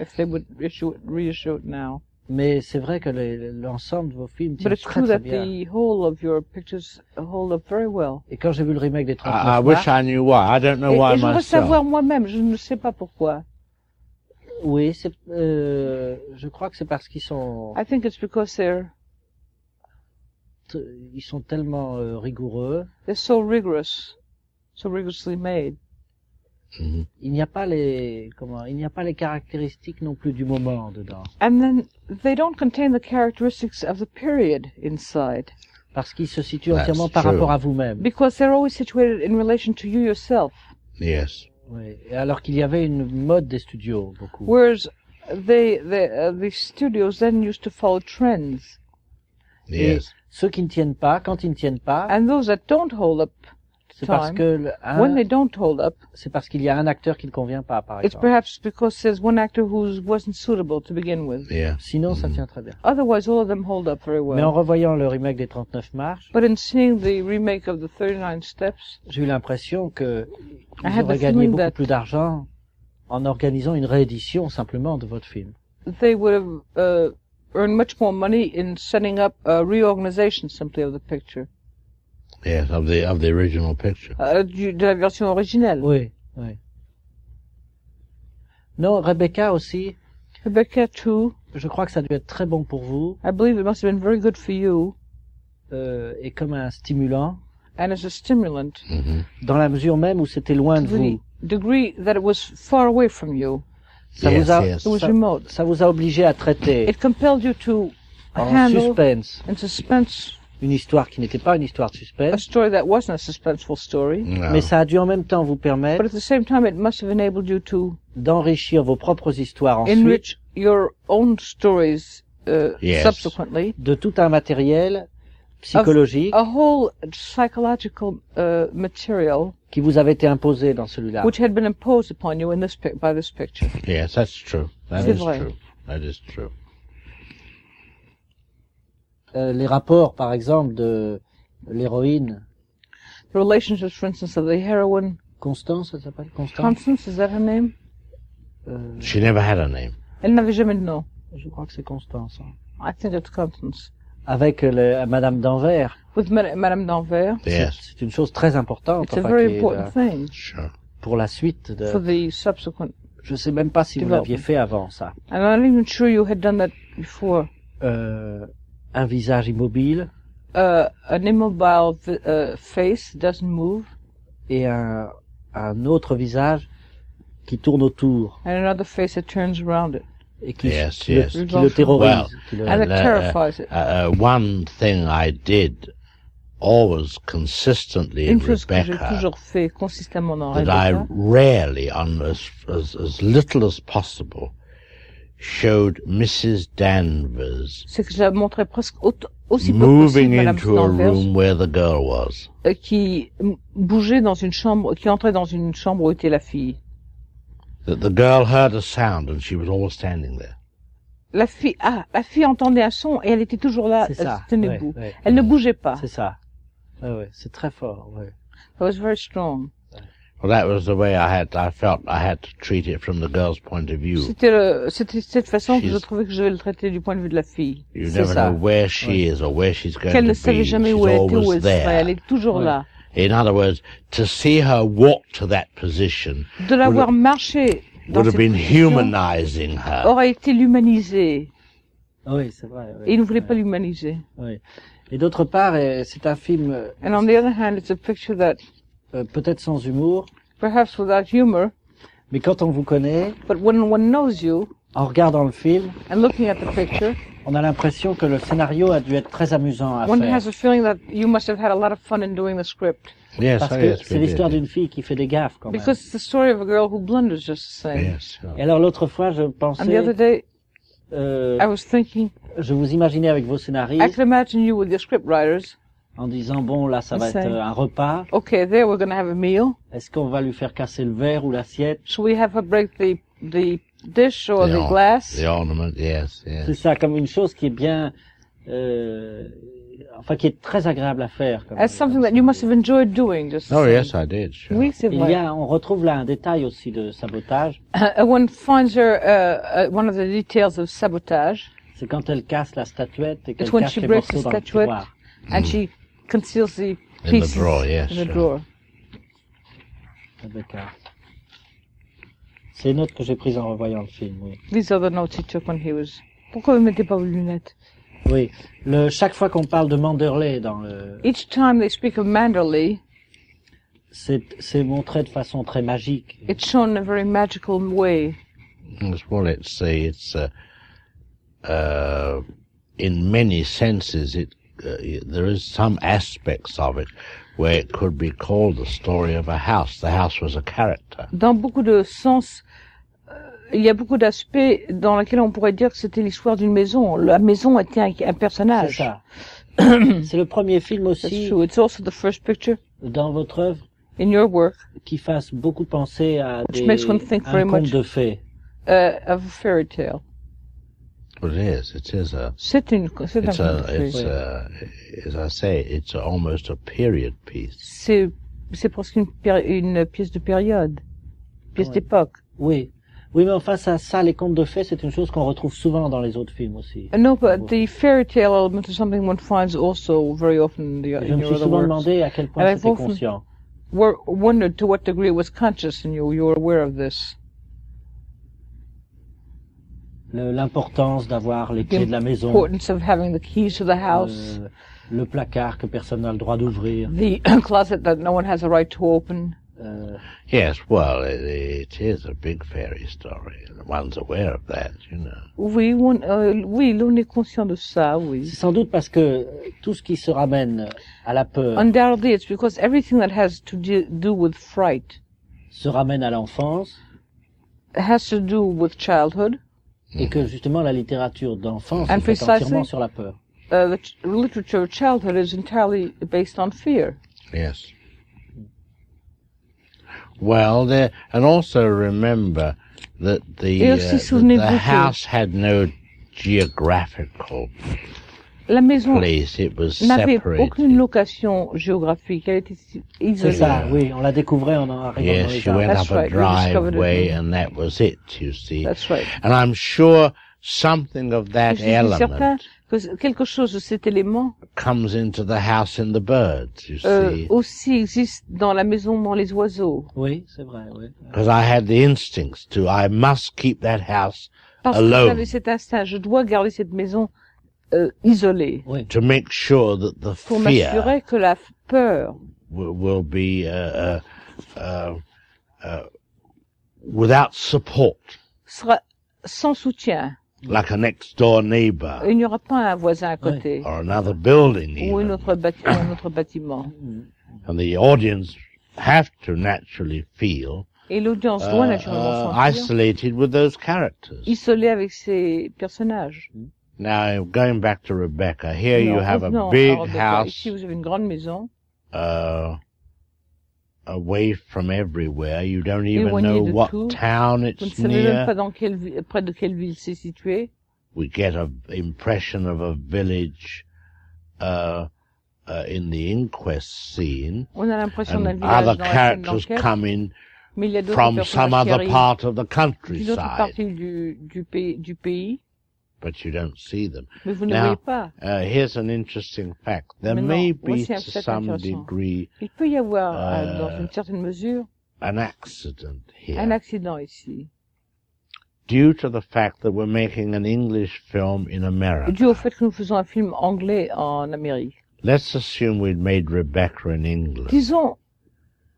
Speaker 3: if they would issue it, reissue it now.
Speaker 2: Mais c'est vrai que les- l'ensemble de vos films
Speaker 3: But
Speaker 2: tient
Speaker 3: it's
Speaker 2: très
Speaker 3: true
Speaker 2: très
Speaker 3: that
Speaker 2: bien.
Speaker 3: the whole of your pictures hold up very well.
Speaker 2: Et quand j'ai vu le remake
Speaker 4: Ah,
Speaker 2: des 39
Speaker 4: I, I
Speaker 2: mars,
Speaker 4: wish I knew why. I don't know
Speaker 3: Et,
Speaker 4: why
Speaker 3: et je veux
Speaker 4: myself.
Speaker 3: savoir moi-même, je ne sais pas pourquoi.
Speaker 2: oui, c'est, euh, je crois que c'est parce qu'ils sont,
Speaker 3: I think it's because they're
Speaker 2: t- ils sont tellement euh, rigoureux.
Speaker 3: They're so rigorous, so rigorously made.
Speaker 4: Mhm.
Speaker 2: Il n'y a pas les comment Il n'y a pas les caractéristiques non plus du moment dedans,
Speaker 3: And then they don't contain the characteristics of the period inside
Speaker 2: parce qu'ils se situent
Speaker 4: That's
Speaker 2: entièrement par
Speaker 4: true.
Speaker 2: rapport à vous-même.
Speaker 3: because they're always situated in relation to you yourself.
Speaker 4: Yes.
Speaker 2: Ouais. Et Alors qu'il y avait une mode des studios beaucoup.
Speaker 3: Whereas they, they uh, the studios then used to follow trends,
Speaker 2: Et
Speaker 4: Yes.
Speaker 2: ceux qui ne tiennent pas, quand ils ne tiennent pas,
Speaker 3: and those that don't hold up,
Speaker 2: c'est parce
Speaker 3: time.
Speaker 2: que le- un-
Speaker 3: when they don't hold up,
Speaker 2: c'est parce qu'il y a un acteur qui ne convient pas, par
Speaker 3: it's
Speaker 2: exemple.
Speaker 3: perhaps because there's one actor who wasn't suitable to begin with.
Speaker 4: Yeah.
Speaker 2: Sinon, ça tient très bien.
Speaker 3: Otherwise, all of them hold up very
Speaker 2: Mais en
Speaker 3: well.
Speaker 2: revoyant le remake des 39 marches,
Speaker 3: But in seeing the remake of the 39 Steps,
Speaker 2: j'ai eu l'impression que
Speaker 3: I
Speaker 2: ils
Speaker 3: had
Speaker 2: auraient
Speaker 3: the
Speaker 2: gagné
Speaker 3: feeling
Speaker 2: beaucoup
Speaker 3: that-
Speaker 2: plus d'argent en organisant une réédition simplement de votre film.
Speaker 3: they would have uh, earned much more money in setting up a reorganization simply of the picture,
Speaker 4: Yes. Of the of the original picture.
Speaker 3: uh, du- de la version originelle.
Speaker 2: Oui, oui. Non, Rebecca aussi,
Speaker 3: Rebecca too.
Speaker 2: je crois que ça a dû être très bon pour vous
Speaker 3: I believe it must have been very good for you,
Speaker 2: euh, et comme un stimulant,
Speaker 3: and as a stimulant.
Speaker 4: hmm
Speaker 2: dans la mesure même où c'était loin de
Speaker 3: to the
Speaker 2: vous.
Speaker 3: degree that it was far away from you.
Speaker 2: Ça
Speaker 4: Yes,
Speaker 2: vous a,
Speaker 4: yes.
Speaker 3: It was
Speaker 2: ça,
Speaker 3: remote.
Speaker 2: ça vous a obligé à traiter
Speaker 3: It compelled you to
Speaker 2: en
Speaker 3: handle
Speaker 2: Ah, suspense
Speaker 3: in suspense
Speaker 2: une histoire qui n'était pas une histoire de
Speaker 3: a
Speaker 2: suspense,
Speaker 3: story that wasn't a suspenseful story,
Speaker 4: No.
Speaker 2: mais ça a dû en même temps vous
Speaker 3: but
Speaker 2: permettre
Speaker 3: at the same time it must have enabled you to
Speaker 2: d'enrichir vos propres histoires ensuite
Speaker 3: enrich your own stories uh,
Speaker 4: Yes.
Speaker 3: subsequently.
Speaker 2: de tout un matériel psychologique
Speaker 3: A whole psychological uh, material
Speaker 2: qui vous avait été imposé dans celui-là.
Speaker 3: which had been imposed upon you in this pic- by this picture.
Speaker 4: Yes, that's true. That
Speaker 3: C'est
Speaker 4: is
Speaker 3: vrai.
Speaker 4: true. That is true.
Speaker 2: Euh, les rapports, par exemple, de l'héroïne
Speaker 3: The relationships, for instance, of the heroine
Speaker 2: Constance, ça s'appelle Constance
Speaker 3: Constance, is that her name?
Speaker 2: Euh,
Speaker 4: She never had a name.
Speaker 3: Elle n'avait jamais de nom.
Speaker 2: Je crois que c'est Constance. hein.
Speaker 3: I think it's Constance.
Speaker 2: Avec le, euh, Madame d'Anvers,
Speaker 3: With Ma- Madame d'Anvers.
Speaker 2: c'est-
Speaker 4: Yes.
Speaker 2: c'est une chose très importante
Speaker 3: It's a
Speaker 2: enfin, qui
Speaker 3: very
Speaker 2: est,
Speaker 3: important
Speaker 2: euh,
Speaker 3: thing
Speaker 4: Sure.
Speaker 2: pour la suite. De...
Speaker 3: for the subsequent.
Speaker 2: Je sais même pas si vous
Speaker 3: Development.
Speaker 2: l'aviez fait avant ça.
Speaker 3: And I'm not even sure you had done that before.
Speaker 2: Euh, un visage immobile
Speaker 3: Uh, an immobile vi- uh, face doesn't move,
Speaker 2: et un, un autre visage qui tourne autour
Speaker 3: and another face that turns around it,
Speaker 2: et qui,
Speaker 4: Yes,
Speaker 2: qui le-
Speaker 4: yes.
Speaker 2: qui le terrorise. qui le-
Speaker 3: and it
Speaker 4: uh, uh,
Speaker 3: terrifies it.
Speaker 4: Uh, uh, one thing I did always consistently in
Speaker 3: Une chose que j'ai
Speaker 4: Rebecca
Speaker 3: toujours fait consistamment dans
Speaker 4: that I
Speaker 3: Rebecca,
Speaker 4: rarely, on as, as, as little as possible, showed Mrs. Danvers
Speaker 3: c'est que je la montrais presque autant- aussi peu
Speaker 4: moving
Speaker 3: possible Madame
Speaker 4: into a
Speaker 3: Stanvers,
Speaker 4: room where the girl was.
Speaker 3: euh, qui mm, bougeait dans une chambre, qui entrait dans une chambre où était la fille.
Speaker 4: That the girl heard a sound and she was always standing there.
Speaker 3: La fille, ah, la fille entendait un son et elle était toujours là,
Speaker 2: C'est
Speaker 3: elle
Speaker 2: ça,
Speaker 3: se tenait
Speaker 2: ouais,
Speaker 3: debout.
Speaker 2: ouais.
Speaker 3: Elle ne bougeait pas.
Speaker 2: C'est ça. Ouais, ouais, c'est très fort. Ouais.
Speaker 3: It was very strong.
Speaker 4: Well, that was the way I had. I felt I had to treat it from the girl's point of view.
Speaker 3: C'était le- c'était cette façon que
Speaker 4: She's-
Speaker 3: je trouvais que je vais le traiter du point de vue de la fille.
Speaker 4: You
Speaker 2: C'est
Speaker 4: never
Speaker 2: ça.
Speaker 4: know where she is or where she's going
Speaker 3: Qu'elle ne
Speaker 4: to be.
Speaker 3: savait
Speaker 4: She's
Speaker 3: jamais où elle était, où
Speaker 4: always
Speaker 3: elle serait. Elle
Speaker 4: there.
Speaker 3: est toujours
Speaker 2: Ouais.
Speaker 3: là.
Speaker 4: In other words, to see her walk to that position
Speaker 3: De la voir marcher dans
Speaker 4: would have
Speaker 3: cette
Speaker 4: been
Speaker 3: position Oh,
Speaker 4: humanizing her.
Speaker 3: aurait été l'humaniser.
Speaker 2: Ah Oui, c'est vrai. ouais.
Speaker 3: Et il ne voulait pas l'humaniser.
Speaker 2: Et d'autre part, euh, c'est un film euh,
Speaker 3: And on the other hand, it's a picture that,
Speaker 2: euh, peut-être sans humour,
Speaker 3: perhaps without humor,
Speaker 2: mais quand on vous connaît,
Speaker 3: but when one knows you,
Speaker 2: en regardant le film,
Speaker 3: and looking at the picture,
Speaker 4: *laughs*
Speaker 2: on a l'impression que le scénario a dû être très amusant à
Speaker 3: one
Speaker 2: faire.
Speaker 3: has a feeling that you must have had a lot of fun in doing the script.
Speaker 4: Yes,
Speaker 2: Parce
Speaker 4: oh,
Speaker 2: que
Speaker 4: yes,
Speaker 2: c'est
Speaker 4: we
Speaker 2: l'histoire
Speaker 4: did.
Speaker 2: d'une fille qui fait des gaffes
Speaker 4: Oh,
Speaker 2: quand même.
Speaker 3: Because it's the story of a girl who blunders just the same.
Speaker 4: Yes. oh.
Speaker 2: Et alors l'autre fois, je
Speaker 3: And the other
Speaker 2: pensais,
Speaker 3: day,
Speaker 2: euh,
Speaker 3: I was thinking,
Speaker 2: je vous imaginais avec vos
Speaker 3: I
Speaker 2: scénaristes
Speaker 3: can imagine you with your script writers.
Speaker 2: en disant bon là ça va
Speaker 3: Essaye.
Speaker 2: être euh, un repas,
Speaker 3: Okay, there we're going to have a meal.
Speaker 2: est-ce qu'on va lui faire casser le verre ou l'assiette
Speaker 3: Shall we have her break the the dish or
Speaker 4: The
Speaker 3: the
Speaker 4: or-
Speaker 3: glass?
Speaker 4: The ornament. Yes.
Speaker 2: C'est
Speaker 4: Yes.
Speaker 2: ça comme une chose qui est bien, euh, enfin qui est très agréable à faire. comme-
Speaker 3: That's something
Speaker 2: comme
Speaker 3: that you must have enjoyed doing. Just the
Speaker 4: Oh
Speaker 3: same.
Speaker 4: yes, I did. Sure.
Speaker 3: Oui, c'est
Speaker 2: Il y
Speaker 3: vrai.
Speaker 2: a, on retrouve là un détail aussi de sabotage,
Speaker 3: Uh, one finds her uh, uh, one of the details of sabotage,
Speaker 2: c'est quand elle casse la statuette et qu'elle
Speaker 3: It's when
Speaker 2: cache
Speaker 3: she
Speaker 2: les
Speaker 3: breaks
Speaker 2: morceaux
Speaker 3: the
Speaker 2: dans le
Speaker 3: statuette.
Speaker 2: tiroir.
Speaker 3: and she conceals the
Speaker 4: Hmm. the
Speaker 3: pieces
Speaker 4: drawer, yes,
Speaker 3: in the
Speaker 4: sure.
Speaker 3: drawer.
Speaker 2: Rebecca. euh, C'est une autre que j'ai prise en revoyant le film, oui.
Speaker 3: These are the notes he took when he was. Pourquoi vous mettez pas vos lunettes?
Speaker 2: Oui. Le, chaque fois qu'on parle de Manderley dans le,
Speaker 3: Each time they speak of Manderley,
Speaker 2: c'est, c'est montré de façon très magique.
Speaker 3: it's shown in a very magical way.
Speaker 4: As well, let's say it's uh, uh, in many senses it uh, there is some aspects of it where it could be called the story of a house. The house was a character.
Speaker 3: Dans beaucoup de sens, euh, il y a beaucoup d'aspects dans lesquels on pourrait dire que c'était l'histoire d'une maison. La maison était un, un
Speaker 2: C'est
Speaker 3: personnage. *coughs*
Speaker 2: ça. c'est le premier film
Speaker 3: That's
Speaker 2: aussi
Speaker 3: true. It's also the first picture
Speaker 2: dans votre œuvre
Speaker 3: in your work
Speaker 2: qui fasse beaucoup penser à
Speaker 3: Which
Speaker 2: des,
Speaker 3: makes one think
Speaker 2: un
Speaker 3: very
Speaker 2: conte
Speaker 3: much.
Speaker 2: de fées.
Speaker 3: uh, of a fairy tale.
Speaker 4: It is. It is a.
Speaker 3: C'est une, c'est un
Speaker 4: It's a.
Speaker 3: conte de
Speaker 4: It's
Speaker 3: fées.
Speaker 4: a. As I say, it's a, almost a period piece.
Speaker 3: C'est, c'est presque une, péri- une pièce de période, pièce
Speaker 2: Ouais.
Speaker 3: d'époque.
Speaker 2: Oui. Oui, mais enfin, ça, ça, les contes de fées, c'est une chose qu'on retrouve souvent dans les autres films aussi.
Speaker 3: Uh, No, but the fairy tale element is something one finds also very often in, the,
Speaker 2: Je
Speaker 3: Euh, in
Speaker 2: me
Speaker 3: your
Speaker 2: suis
Speaker 3: other
Speaker 2: souvent
Speaker 3: works.
Speaker 2: demandé à quel point
Speaker 3: Avec
Speaker 2: c'était
Speaker 3: Wolfen.
Speaker 2: conscient.
Speaker 3: Were, wondered to what degree it was conscious in you. You were aware of this.
Speaker 2: Le- L'importance d'avoir les
Speaker 3: The
Speaker 2: clés de la maison,
Speaker 3: importance of having the keys to the house,
Speaker 2: euh, le placard que personne n'a le droit d'ouvrir.
Speaker 3: the *coughs* closet that no one has a right to open.
Speaker 2: euh,
Speaker 4: Yes. Well, it, it is a big fairy story. One's aware of that, you know.
Speaker 3: Oui, on, euh, oui, l'on est conscient de ça, oui.
Speaker 2: c'est sans doute parce que euh, tout ce qui se ramène à la peur
Speaker 3: Undoubtedly, it's because everything that has to do, do with fright
Speaker 2: se ramène à l'enfance
Speaker 3: has to do with childhood.
Speaker 2: et que justement la littérature d'enfance
Speaker 3: And
Speaker 2: est faite entièrement
Speaker 3: precisely-
Speaker 2: sur la peur.
Speaker 3: Uh, the ch- literature of childhood is entirely based on fear.
Speaker 4: Yes. Well, there, and also remember that the,
Speaker 3: Et
Speaker 4: uh,
Speaker 3: aussi
Speaker 4: the,
Speaker 3: souvenez-vous que-
Speaker 4: house had no geographical
Speaker 3: La maison
Speaker 4: place; it was
Speaker 3: n'avait aucune
Speaker 4: separated.
Speaker 3: location géographique. Elle était si-
Speaker 2: C'est
Speaker 3: isolée.
Speaker 2: ça, oui, on la découvrait en arrivant
Speaker 4: Yes,
Speaker 2: dans les
Speaker 4: she
Speaker 2: arbres.
Speaker 4: went
Speaker 3: That's
Speaker 4: up
Speaker 3: right,
Speaker 4: a
Speaker 3: we discovered it,
Speaker 4: driveway,
Speaker 3: didn't
Speaker 4: and that was it. You see,
Speaker 3: That's right.
Speaker 4: and I'm sure something of
Speaker 3: Je
Speaker 4: that
Speaker 3: suis certain
Speaker 4: element
Speaker 3: que c- quelque chose de cet élément
Speaker 4: comes into the house in the birds. You
Speaker 3: euh,
Speaker 4: see,
Speaker 3: aussi existe dans la maison dans les oiseaux.
Speaker 2: Oui, c'est vrai, oui.
Speaker 4: because I had the instincts to. I must keep that house
Speaker 3: Parce que
Speaker 4: Alone.
Speaker 3: j'avais cet instinct, je dois garder cette maison euh, isolée
Speaker 4: to make sure that the
Speaker 3: pour
Speaker 4: fear
Speaker 3: m'assurer que la f- peur
Speaker 4: will, will be uh, uh, uh, uh, without support,
Speaker 3: sera sans soutien.
Speaker 4: like a next door neighbor
Speaker 3: Il n'y aura pas un voisin à côté
Speaker 4: or another building,
Speaker 3: ou une
Speaker 4: even.
Speaker 3: autre bâti- un autre bâtiment.
Speaker 4: and the audience have to naturally feel
Speaker 3: Et l'audience
Speaker 4: uh,
Speaker 3: doit naturellement
Speaker 4: uh,
Speaker 3: sentir
Speaker 4: isolated with those characters.
Speaker 3: isolée avec ses personnages.
Speaker 4: Now, going back to Rebecca, here you
Speaker 3: Non,
Speaker 4: have a
Speaker 3: revenons à
Speaker 4: big
Speaker 3: Rebecca.
Speaker 4: house
Speaker 3: Ici, vous avez une grande maison
Speaker 4: uh, away from everywhere. You don't
Speaker 3: Éloignée
Speaker 4: even know
Speaker 3: de
Speaker 4: what
Speaker 3: tout.
Speaker 4: town
Speaker 3: Vous ne
Speaker 4: it's
Speaker 3: savez même
Speaker 4: near.
Speaker 3: pas dans quelle vi- près de quelle ville c'est situé.
Speaker 4: we get a impression of a village uh, uh, in the inquest scene,
Speaker 3: On a l'impression d'un village
Speaker 4: and
Speaker 3: dans
Speaker 4: other
Speaker 3: la scène
Speaker 4: characters
Speaker 3: d'enquête,
Speaker 4: come in
Speaker 3: mais il y a d'autres
Speaker 4: from some
Speaker 3: personnages qui
Speaker 4: other
Speaker 3: arrivent
Speaker 4: part of
Speaker 3: d'une
Speaker 4: the
Speaker 3: autre
Speaker 4: countryside,
Speaker 3: partie du, du, pays, du pays,
Speaker 4: but you don't see them.
Speaker 3: mais vous ne
Speaker 4: Now-
Speaker 3: voyez pas.
Speaker 4: Uh, here's an interesting fact: there
Speaker 3: Maintenant,
Speaker 4: may be
Speaker 3: voici un
Speaker 4: to
Speaker 3: fait
Speaker 4: some
Speaker 3: intéressant.
Speaker 4: degree
Speaker 3: Il peut y avoir, euh,
Speaker 4: Euh,
Speaker 3: dans une certaine mesure,
Speaker 4: an accident here
Speaker 3: un accident ici,
Speaker 4: due to the fact that we're making an English film in America.
Speaker 3: dû au fait que nous faisons un film anglais en Amérique.
Speaker 4: Let's assume we'd made Rebecca in England.
Speaker 3: Disons,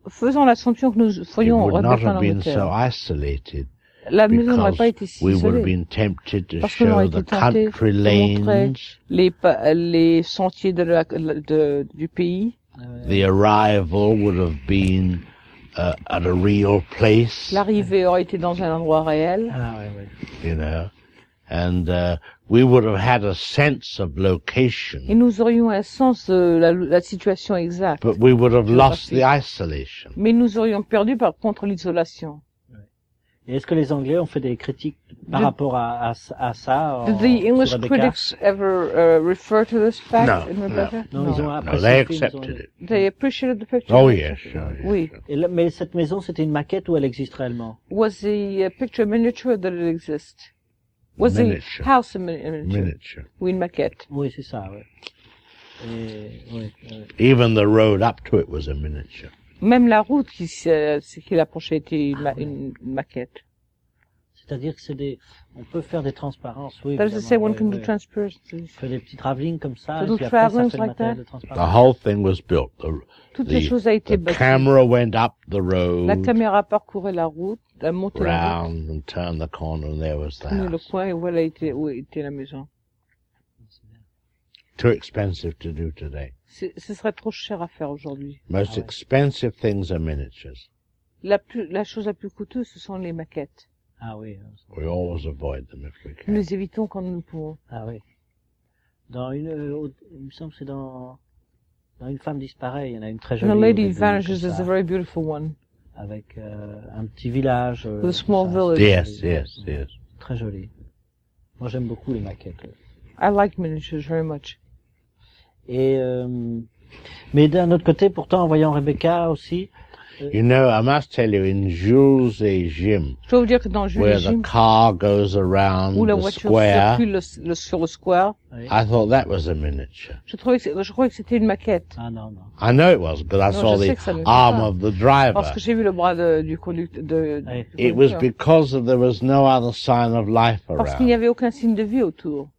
Speaker 3: faisons l'assumption que nous
Speaker 4: it
Speaker 3: ferions
Speaker 4: would not
Speaker 3: Rebecca en
Speaker 4: have been so
Speaker 3: Angleterre.
Speaker 4: isolated
Speaker 3: La maison n'aurait pas été
Speaker 4: because
Speaker 3: si
Speaker 4: we would have
Speaker 3: isolée.
Speaker 4: been tempted to
Speaker 3: Parce qu'on
Speaker 4: show
Speaker 3: aurait
Speaker 4: the
Speaker 3: été tenté de montrer
Speaker 4: country lanes,
Speaker 3: Les, pa- les sentiers de la, de, du pays,
Speaker 4: the arrival would have been uh, at a real place,
Speaker 3: l'arrivée aurait été dans un endroit réel.
Speaker 2: Ah, oui, oui.
Speaker 4: you know, and uh, we would have had a sense of
Speaker 3: et
Speaker 4: location,
Speaker 3: nous aurions un sens de la, la situation exacte.
Speaker 4: but we would have lost
Speaker 3: Géographique.
Speaker 4: the isolation.
Speaker 3: Mais nous aurions perdu par contre l'isolation.
Speaker 2: Et est-ce que les Anglais ont fait des critiques par
Speaker 3: Did-
Speaker 2: rapport à, à, à ça en-
Speaker 4: Oh.
Speaker 3: Did the English
Speaker 2: sur Rebecca
Speaker 3: critics ever uh, refer to this fact
Speaker 4: No,
Speaker 3: in Rebecca?
Speaker 2: no. No,
Speaker 4: No,
Speaker 2: Ils ont
Speaker 4: no,
Speaker 2: apprécié le
Speaker 4: they
Speaker 2: film, ils ont
Speaker 4: accepted
Speaker 2: aimé.
Speaker 4: it.
Speaker 3: They appreciated the picture.
Speaker 4: Oh yes, oh, yes.
Speaker 3: Oui.
Speaker 2: Et là- mais cette maison, c'était une maquette ou elle existe réellement
Speaker 3: Was the uh, picture miniature that it exist? Was
Speaker 4: Miniature.
Speaker 3: the house a mini- a miniature?
Speaker 4: miniature.
Speaker 3: Oui, une maquette.
Speaker 2: Oui, c'est ça, oui. Et, oui, oui.
Speaker 4: Even the road up to it was a miniature.
Speaker 3: Même la route qui, s- euh, qui l'approchait était une, ma- une maquette.
Speaker 2: C'est C'est-à-dire que c'est des, on peut faire des transparences, oui.
Speaker 3: That's to
Speaker 2: évidemment,
Speaker 3: say one
Speaker 2: oui,
Speaker 3: can
Speaker 2: oui.
Speaker 3: do transparencies.
Speaker 2: On fait des petits travelling comme ça, et
Speaker 3: Little
Speaker 2: puis après, ça
Speaker 3: travelings
Speaker 2: fait le
Speaker 3: like
Speaker 2: matériel
Speaker 3: that.
Speaker 2: de
Speaker 4: The
Speaker 2: transparence.
Speaker 4: whole thing was built. The,
Speaker 3: Toutes
Speaker 4: the-
Speaker 3: les choses a été
Speaker 4: the
Speaker 3: bâties.
Speaker 4: camera went up the
Speaker 3: La
Speaker 4: road,
Speaker 3: caméra parcourait la route, a monté la route,
Speaker 4: round and turned the corner, and there was the
Speaker 3: tournait le
Speaker 4: house.
Speaker 3: coin et voilà était, où était la maison.
Speaker 4: Too expensive to do today.
Speaker 3: C'est- Ce serait trop cher à faire aujourd'hui.
Speaker 4: Most
Speaker 2: Ah, ouais.
Speaker 4: expensive things are miniatures.
Speaker 3: La, plus, la chose la plus coûteuse, ce sont les maquettes.
Speaker 2: Ah oui, euh,
Speaker 4: We always avoid them if we
Speaker 3: Nous
Speaker 4: can.
Speaker 3: les évitons quand nous le pouvons.
Speaker 2: ah oui. Dans une, euh, autre- il me semble que c'est dans, dans une femme disparaît, il y en a une très jolie.
Speaker 3: The
Speaker 2: au
Speaker 3: Lady
Speaker 2: début,
Speaker 3: Vanishes
Speaker 2: comme
Speaker 3: is
Speaker 2: ça,
Speaker 3: a very beautiful one.
Speaker 2: Avec euh, un petit village. euh,
Speaker 3: The small
Speaker 2: comme ça.
Speaker 3: village.
Speaker 4: Yes, yes, yes.
Speaker 2: Très joli. Moi, j'aime beaucoup les maquettes. euh.
Speaker 3: I like miniatures very much.
Speaker 2: Et euh, mais d'un autre côté, pourtant, en voyant Rebecca aussi,
Speaker 4: You know, I must tell you, in Jules' Gym,
Speaker 3: Je dois vous dire que dans Jules
Speaker 4: where
Speaker 3: et
Speaker 4: the
Speaker 3: Jim,
Speaker 4: car goes around
Speaker 3: où la
Speaker 4: the
Speaker 3: voiture
Speaker 4: square,
Speaker 3: circule le- le- sur le square,
Speaker 4: I thought that was a miniature.
Speaker 3: je trouvais que, c'est- je croyais que c'était une maquette.
Speaker 2: ah non non,
Speaker 4: I know it was because I
Speaker 3: No,
Speaker 4: saw
Speaker 3: je sais
Speaker 4: the
Speaker 3: que ça ne
Speaker 4: arm
Speaker 3: fait pas.
Speaker 4: of the
Speaker 3: Parce
Speaker 4: driver.
Speaker 3: que j'ai vu le bras de- du conducteur. De,
Speaker 2: Ouais.
Speaker 3: du
Speaker 4: Ah bah. It was
Speaker 3: conducteur.
Speaker 4: because of, there was no other sign of life
Speaker 3: Parce qu'il n'y
Speaker 4: around.
Speaker 3: avait aucun signe de vie autour.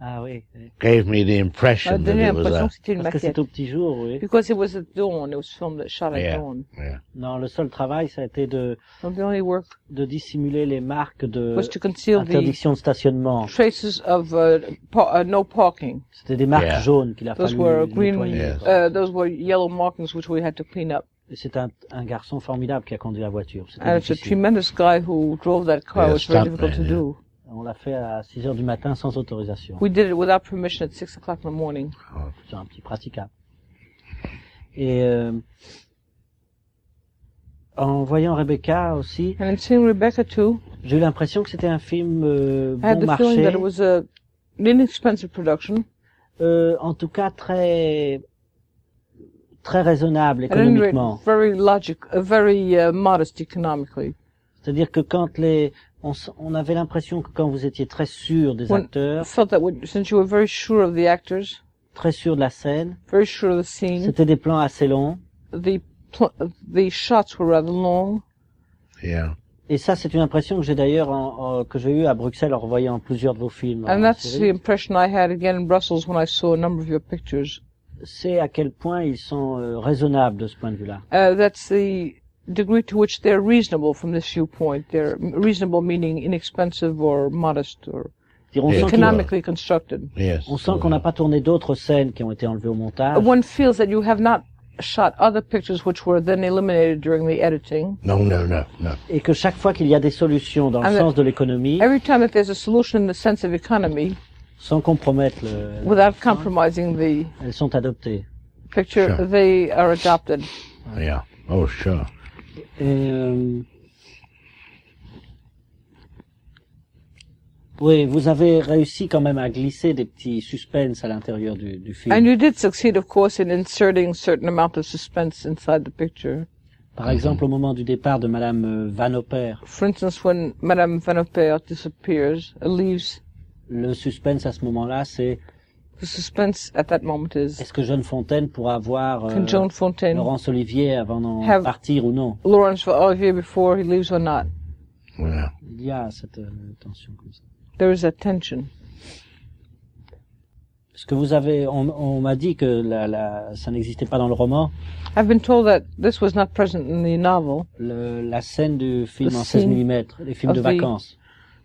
Speaker 2: ah oui, oui.
Speaker 4: Gave me the
Speaker 3: Ça m'a
Speaker 4: impression that
Speaker 3: donné
Speaker 4: it was
Speaker 3: l'impression
Speaker 4: a
Speaker 3: que c'était une
Speaker 2: parce que
Speaker 3: maquette.
Speaker 2: c'est au petit jour, oui.
Speaker 3: Because it was at dawn, it was filmed at Charlotte
Speaker 4: Yeah.
Speaker 3: Dawn.
Speaker 4: yeah.
Speaker 2: Non, le seul travail, ça a été de
Speaker 3: And the only work
Speaker 2: de dissimuler les marques de
Speaker 3: was to conceal the
Speaker 2: Euh, interdiction de stationnement.
Speaker 3: traces of uh, par- uh, no parking.
Speaker 2: C'était des marques
Speaker 4: Yeah.
Speaker 2: jaunes qu'il a
Speaker 3: Those
Speaker 2: fallu
Speaker 3: were green,
Speaker 2: nettoyer.
Speaker 4: Yes.
Speaker 2: quoi.
Speaker 3: uh, those were yellow markings which we had to clean up.
Speaker 2: Et C'est un, un garçon formidable qui a conduit la voiture. C'était
Speaker 3: And it's a
Speaker 2: difficile.
Speaker 3: tremendous guy who drove that car.
Speaker 4: Yeah,
Speaker 3: it was very difficult
Speaker 4: stuntman,
Speaker 3: to
Speaker 4: yeah.
Speaker 3: do.
Speaker 2: On l'a fait à 6 heures du matin sans autorisation.
Speaker 3: We did it without permission at six o'clock in the morning.
Speaker 2: C'est un petit praticable. Et euh, en voyant Rebecca aussi,
Speaker 3: And in seeing Rebecca too,
Speaker 2: j'ai eu l'impression que c'était un film euh,
Speaker 3: I had
Speaker 2: bon
Speaker 3: the feeling
Speaker 2: marché.
Speaker 3: that it was a an inexpensive production.
Speaker 2: Euh, en tout cas, très très raisonnable
Speaker 3: At any rate,
Speaker 2: économiquement.
Speaker 3: very logic, uh, very uh, modest economically.
Speaker 2: C'est-à-dire que quand les on, s- on avait l'impression que quand vous étiez très sûr des
Speaker 3: When- I
Speaker 2: acteurs,
Speaker 3: felt that when, since you were very sure of the actors,
Speaker 2: très sûr de la scène,
Speaker 3: very sure of the scene,
Speaker 2: C'était des plans assez longs.
Speaker 3: the pl- the shots were rather long.
Speaker 4: yeah.
Speaker 2: Et ça, c'est une impression que j'ai d'ailleurs en- en- que j'ai eue à Bruxelles en revoyant plusieurs de vos films. en
Speaker 3: And that's the
Speaker 2: série.
Speaker 3: impression I had again in Brussels when I saw a number of your pictures.
Speaker 2: C'est à quel point ils sont euh, raisonnables de ce point de vue-là.
Speaker 3: Uh, that's the degree to which they're reasonable from this viewpoint. They're reasonable meaning inexpensive or modest or
Speaker 2: C'est-à-dire, On,
Speaker 4: Et
Speaker 2: sent
Speaker 4: Economic.
Speaker 2: qu'on-
Speaker 3: economically constructed.
Speaker 4: Yes.
Speaker 2: on sent qu'on n'a pas tourné d'autres scènes qui ont été enlevées au montage.
Speaker 3: One feels that you have not shot other pictures which were then eliminated during the editing.
Speaker 4: No, no, no, no.
Speaker 2: Et que chaque fois qu'il y a des solutions dans le
Speaker 3: Ah, mais-
Speaker 2: sens de l'économie,
Speaker 3: Every time that there's a solution in the sense of economy,
Speaker 2: sans compromettre le,
Speaker 3: without compromising the
Speaker 2: elles sont adoptées.
Speaker 3: picture,
Speaker 4: Sure.
Speaker 3: they are adopted.
Speaker 4: Yeah. Oh, sure.
Speaker 2: Et, euh, Oui, vous avez réussi quand même à glisser des petits suspens à l'intérieur du, du film.
Speaker 3: And you did succeed, of course, in inserting certain amount of suspense inside the picture.
Speaker 2: Par exemple, au moment du départ de Madame euh, Van Hopper,
Speaker 3: For instance, when Madame Van Ampère disappears, uh, leaves,
Speaker 2: le suspense à ce moment-là, c'est
Speaker 3: the suspense at that moment is
Speaker 2: est-ce que Jeanne Fontaine pourra voir euh,
Speaker 3: can Joan Fontaine,
Speaker 2: Laurence Olivier avant d'en
Speaker 3: Have-
Speaker 2: partir ou non
Speaker 3: Laurence Olivier before he leaves or not?
Speaker 4: Yeah.
Speaker 2: Il y a cette euh, tension comme ça.
Speaker 3: There is a tension.
Speaker 2: Parce que vous avez, on, on m'a dit que la, la, ça n'existait pas dans le roman,
Speaker 3: I've been told that this was not present in the novel.
Speaker 2: le, la scène du film
Speaker 3: The
Speaker 2: en 16
Speaker 3: scene
Speaker 2: mm, les films
Speaker 3: of
Speaker 2: de
Speaker 3: the-
Speaker 2: vacances.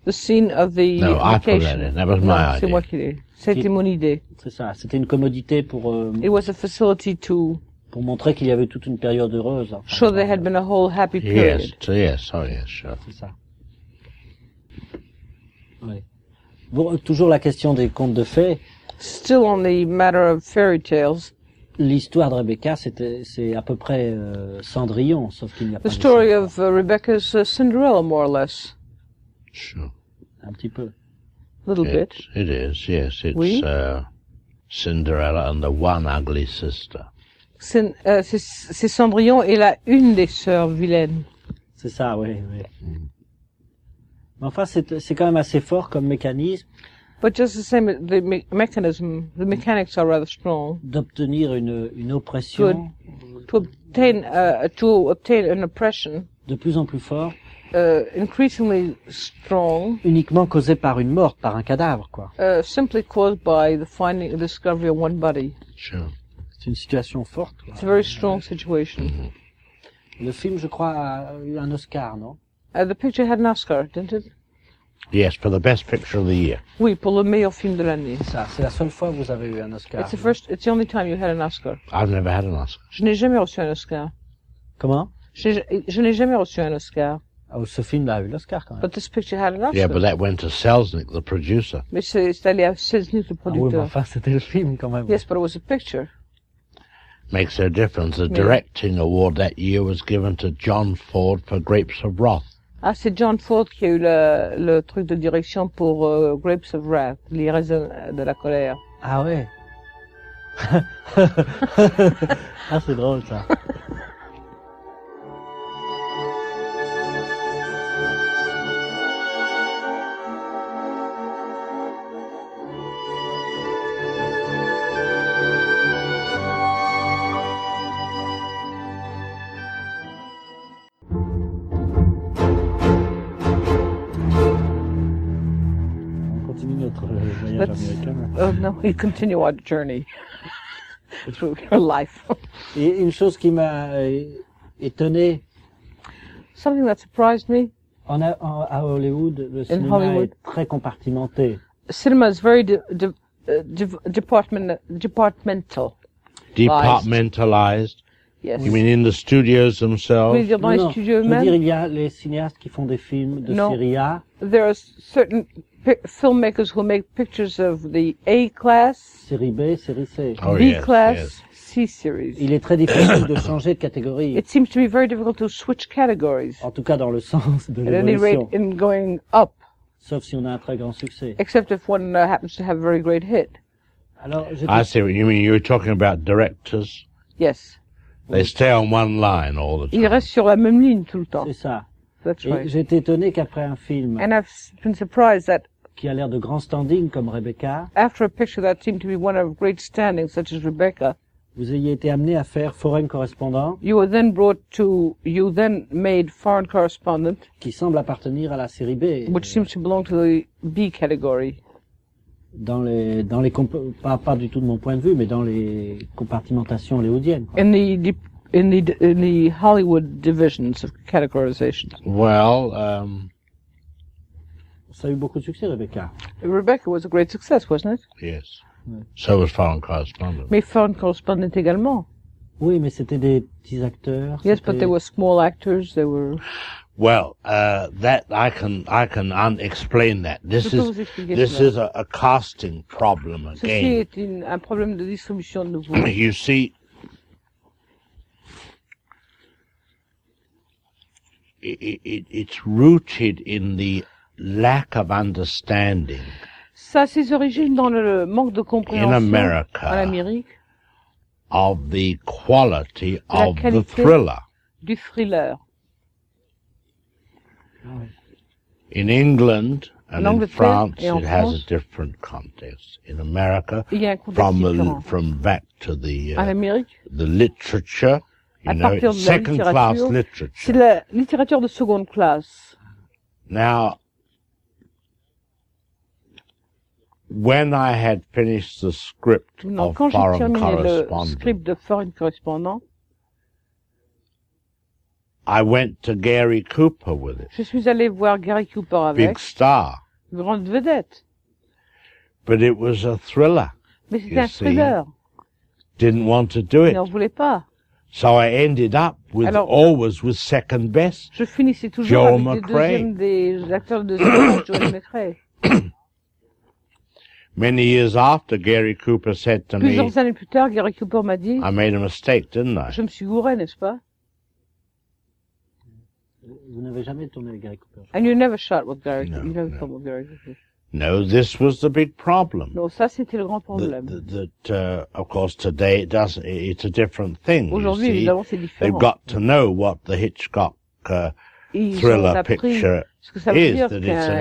Speaker 3: The scene of the
Speaker 4: No, I put that
Speaker 3: vacation.
Speaker 4: in. That was
Speaker 3: No,
Speaker 4: my
Speaker 3: c'est moi
Speaker 4: idea.
Speaker 3: qui l'ai. C'était mon idée.
Speaker 2: C'est ça, c'était une commodité pour, euh,
Speaker 3: It was a facility to
Speaker 2: pour montrer qu'il y avait toute une période heureuse. enfin,
Speaker 3: show there
Speaker 2: voilà.
Speaker 3: had been a whole happy period.
Speaker 4: Yes. so Yes. Oh, yes. Sure.
Speaker 2: C'est ça. Oui. Bon, euh, toujours la question des contes de fées.
Speaker 3: Still on the matter of fairy tales,
Speaker 2: L'histoire de Rebecca, c'était, c'est à peu près euh, Cendrillon, sauf qu'il n'y a pas
Speaker 3: the
Speaker 2: de
Speaker 3: story
Speaker 2: Cendrillon.
Speaker 3: of uh, Rebecca's uh, Cinderella, more or less,
Speaker 4: Sure.
Speaker 2: un petit peu.
Speaker 3: a little bit.
Speaker 4: It's, it is. Yes. It's
Speaker 3: Oui.
Speaker 4: uh, Cinderella and the one ugly sister.
Speaker 3: Cin- euh, C'est c'est Cendrillon et la une des sœurs vilaines.
Speaker 2: C'est ça, oui. oui. Mais enfin, c'est c'est quand même assez fort comme mécanisme
Speaker 3: But just the same, the me- mechanism, the mechanics are rather strong.
Speaker 2: d'obtenir une, une oppression
Speaker 3: To obtain, uh, to obtain an oppression
Speaker 2: de plus en plus forte
Speaker 3: uh, increasingly strong,
Speaker 2: uniquement causée par une mort, par un cadavre, quoi.
Speaker 3: uh, simply caused by the finding and discovery of one body.
Speaker 4: Sure.
Speaker 2: C'est une situation forte. quoi.
Speaker 3: It's a very strong situation.
Speaker 2: Le film, je crois, a eu un Oscar, non
Speaker 3: Uh, the picture had an Oscar, didn't it?
Speaker 4: Yes, for the best picture of the year.
Speaker 3: Oui, pour le meilleur film de l'année.
Speaker 2: C'est ça. C'est la seule fois où vous avez eu un Oscar.
Speaker 3: It's the
Speaker 2: non
Speaker 3: first. It's the only time you had an Oscar.
Speaker 4: I've never had an Oscar.
Speaker 3: Je n'ai jamais reçu un Oscar.
Speaker 2: Comment
Speaker 3: Je n'ai- je n'ai jamais reçu un Oscar.
Speaker 2: oh, Ce film a eu l'Oscar quand même. Ah
Speaker 3: But this picture had an Oscar.
Speaker 4: Yeah, but that went to Selznick, the producer.
Speaker 3: Mais c'est c'est allé à Selznick,
Speaker 2: Ah oui,
Speaker 3: le
Speaker 2: mais
Speaker 3: producteur.
Speaker 2: enfin, c'était le film quand même.
Speaker 3: Yes, but it was a picture.
Speaker 4: Makes no difference. The
Speaker 3: Yeah.
Speaker 4: directing award that year was given to John Ford for Grapes of Wrath.
Speaker 3: Ah, c'est John Ford qui a eu le, le truc de direction pour euh, Grapes of Wrath, les raisins de la colère.
Speaker 2: Ah ouais. *laughs* ah, c'est drôle ça. On continue notre euh, voyage
Speaker 3: Let's-
Speaker 2: américain. là.
Speaker 3: Oh no, we continue our journey *laughs* through your life.
Speaker 2: Et une chose qui m'a euh, étonné
Speaker 3: Something that surprised me.
Speaker 2: en, A- en- à Hollywood, le cinéma
Speaker 3: Hollywood.
Speaker 2: est très compartimenté.
Speaker 3: Cinema is very de, de, uh, de, department, departmental.
Speaker 4: Departmentalized.
Speaker 3: Yes.
Speaker 4: You mean in the studios
Speaker 3: Vous voulez
Speaker 4: themselves?
Speaker 3: dire dans
Speaker 2: Non,
Speaker 3: les
Speaker 2: non,
Speaker 3: studios
Speaker 2: je veux dire,
Speaker 3: eux-mêmes?
Speaker 2: il y a les cinéastes qui font des films de
Speaker 3: Non.
Speaker 2: série A,
Speaker 3: There are certain pi- filmmakers who make pictures of the A class,
Speaker 2: série B, série C.
Speaker 4: Oh,
Speaker 3: B
Speaker 4: yes,
Speaker 3: class,
Speaker 4: yes.
Speaker 3: C series.
Speaker 2: Il est très difficile de changer de catégorie,
Speaker 3: It seems to be very difficult to switch categories.
Speaker 2: en tout cas dans le sens de
Speaker 3: At any rate,
Speaker 2: l'évolution,
Speaker 3: in going up,
Speaker 2: sauf si on a un très grand succès.
Speaker 3: except if one uh, happens to have a very great hit.
Speaker 2: Alors, j'étais-
Speaker 4: I see what you mean. You were talking about directors.
Speaker 3: Yes. Mm.
Speaker 4: They stay on one line all the time.
Speaker 3: Il reste sur la même ligne tout le temps.
Speaker 2: c'est ça.
Speaker 3: That's
Speaker 2: Et
Speaker 3: right.
Speaker 2: j'étais étonné qu'après un film
Speaker 3: And I've s- been surprised that
Speaker 2: qui a l'air de grand standing comme Rebecca,
Speaker 3: after a picture that seemed to be one of great standing, such as Rebecca,
Speaker 2: vous ayez été amené à faire Foreign Correspondant,
Speaker 3: you were then brought to, you then made Foreign Correspondent,
Speaker 2: qui semble appartenir à la série B.
Speaker 3: which seems to belong to the B category.
Speaker 2: dans les dans les comp- pas pas du tout de mon point de vue mais dans les compartimentations léodiennes quoi.
Speaker 3: In the, dep- in the, d- in the Hollywood divisions of categorization.
Speaker 4: Well, um,
Speaker 2: ça a eu beaucoup de succès Rebecca
Speaker 3: Rebecca was a great success, wasn't it?
Speaker 4: yes.
Speaker 3: Mm.
Speaker 4: So was foreign correspondent.
Speaker 3: Mais Foreign Correspondent également.
Speaker 2: oui mais c'était des petits acteurs
Speaker 3: Yes, but
Speaker 2: c'était-
Speaker 3: they were small actors. They were.
Speaker 4: Well, uh, that I can I can un- explain that. This
Speaker 3: Suppose
Speaker 4: is
Speaker 3: if you get
Speaker 4: this
Speaker 3: that.
Speaker 4: is a, a casting problem
Speaker 3: Ceci
Speaker 4: again.
Speaker 3: est une- un problème de distribution de nouveau.
Speaker 4: *clears throat* you see, it, it, it's rooted in the lack of understanding
Speaker 3: Ça a ses origines dans le manque de compréhension
Speaker 4: In America.
Speaker 3: en Amérique
Speaker 4: of the quality
Speaker 3: La
Speaker 4: of the
Speaker 3: qualité.
Speaker 4: thriller.
Speaker 3: du thriller.
Speaker 4: In England and
Speaker 3: En
Speaker 4: in
Speaker 3: Angleterre
Speaker 4: France,
Speaker 3: et en
Speaker 4: it has
Speaker 3: France.
Speaker 4: a different context. In America,
Speaker 3: Il y a un contexte
Speaker 4: from the,
Speaker 3: différent.
Speaker 4: from back to the
Speaker 3: En
Speaker 4: uh,
Speaker 3: Amérique,
Speaker 4: the literature, you
Speaker 3: À
Speaker 4: know,
Speaker 3: partir
Speaker 4: it's
Speaker 3: de la
Speaker 4: second class
Speaker 3: littérature, c'est
Speaker 4: literature.
Speaker 3: la littérature de seconde classe.
Speaker 4: Now, when I had finished the script
Speaker 3: Donc,
Speaker 4: of
Speaker 3: quand j'ai
Speaker 4: Foreign
Speaker 3: terminé le
Speaker 4: Correspondent,
Speaker 3: script de Foreign Correspondent,
Speaker 4: I went to Gary Cooper with it,
Speaker 3: je suis allé voir Gary Cooper
Speaker 4: big
Speaker 3: avec,
Speaker 4: star,
Speaker 3: une grande vedette.
Speaker 4: but it was a thriller.
Speaker 3: Mais c'était
Speaker 4: You
Speaker 3: un
Speaker 4: see.
Speaker 3: thriller.
Speaker 4: Didn't want to do
Speaker 3: Il
Speaker 4: it,
Speaker 3: n'en voulait pas.
Speaker 4: so I ended up with
Speaker 3: Alors-
Speaker 4: always with second best.
Speaker 3: Je finissais toujours
Speaker 4: Joel
Speaker 3: avec des
Speaker 4: McRae.
Speaker 3: deuxièmes des acteurs de seconde,
Speaker 4: *coughs*
Speaker 3: Joel McRae.
Speaker 4: Many years after, Gary Cooper said to me,
Speaker 3: Plusieurs années plus tard, Gary Cooper m'a dit,
Speaker 4: I made a mistake, didn't I?
Speaker 3: je me suis gouré, n'est-ce pas?
Speaker 2: vous n'avez jamais tourné avec Gary Cooper
Speaker 3: And you never shot with Gary.
Speaker 4: No,
Speaker 3: you never
Speaker 4: no.
Speaker 3: shot with Gary. Cooper.
Speaker 4: No, this was the big problem.
Speaker 3: Non, ça c'était le grand problème.
Speaker 4: That, that, that uh, of course, today it does. It's a different thing. you
Speaker 3: Aujourd'hui,
Speaker 4: see.
Speaker 3: évidemment, c'est
Speaker 4: They've
Speaker 3: différent.
Speaker 4: got to know what the Hitchcock uh,
Speaker 3: Ils ont
Speaker 4: thriller
Speaker 3: appris
Speaker 4: picture
Speaker 3: Parce que ça veut
Speaker 4: is
Speaker 3: dire
Speaker 4: that it's
Speaker 3: qu'un
Speaker 4: an
Speaker 3: thriller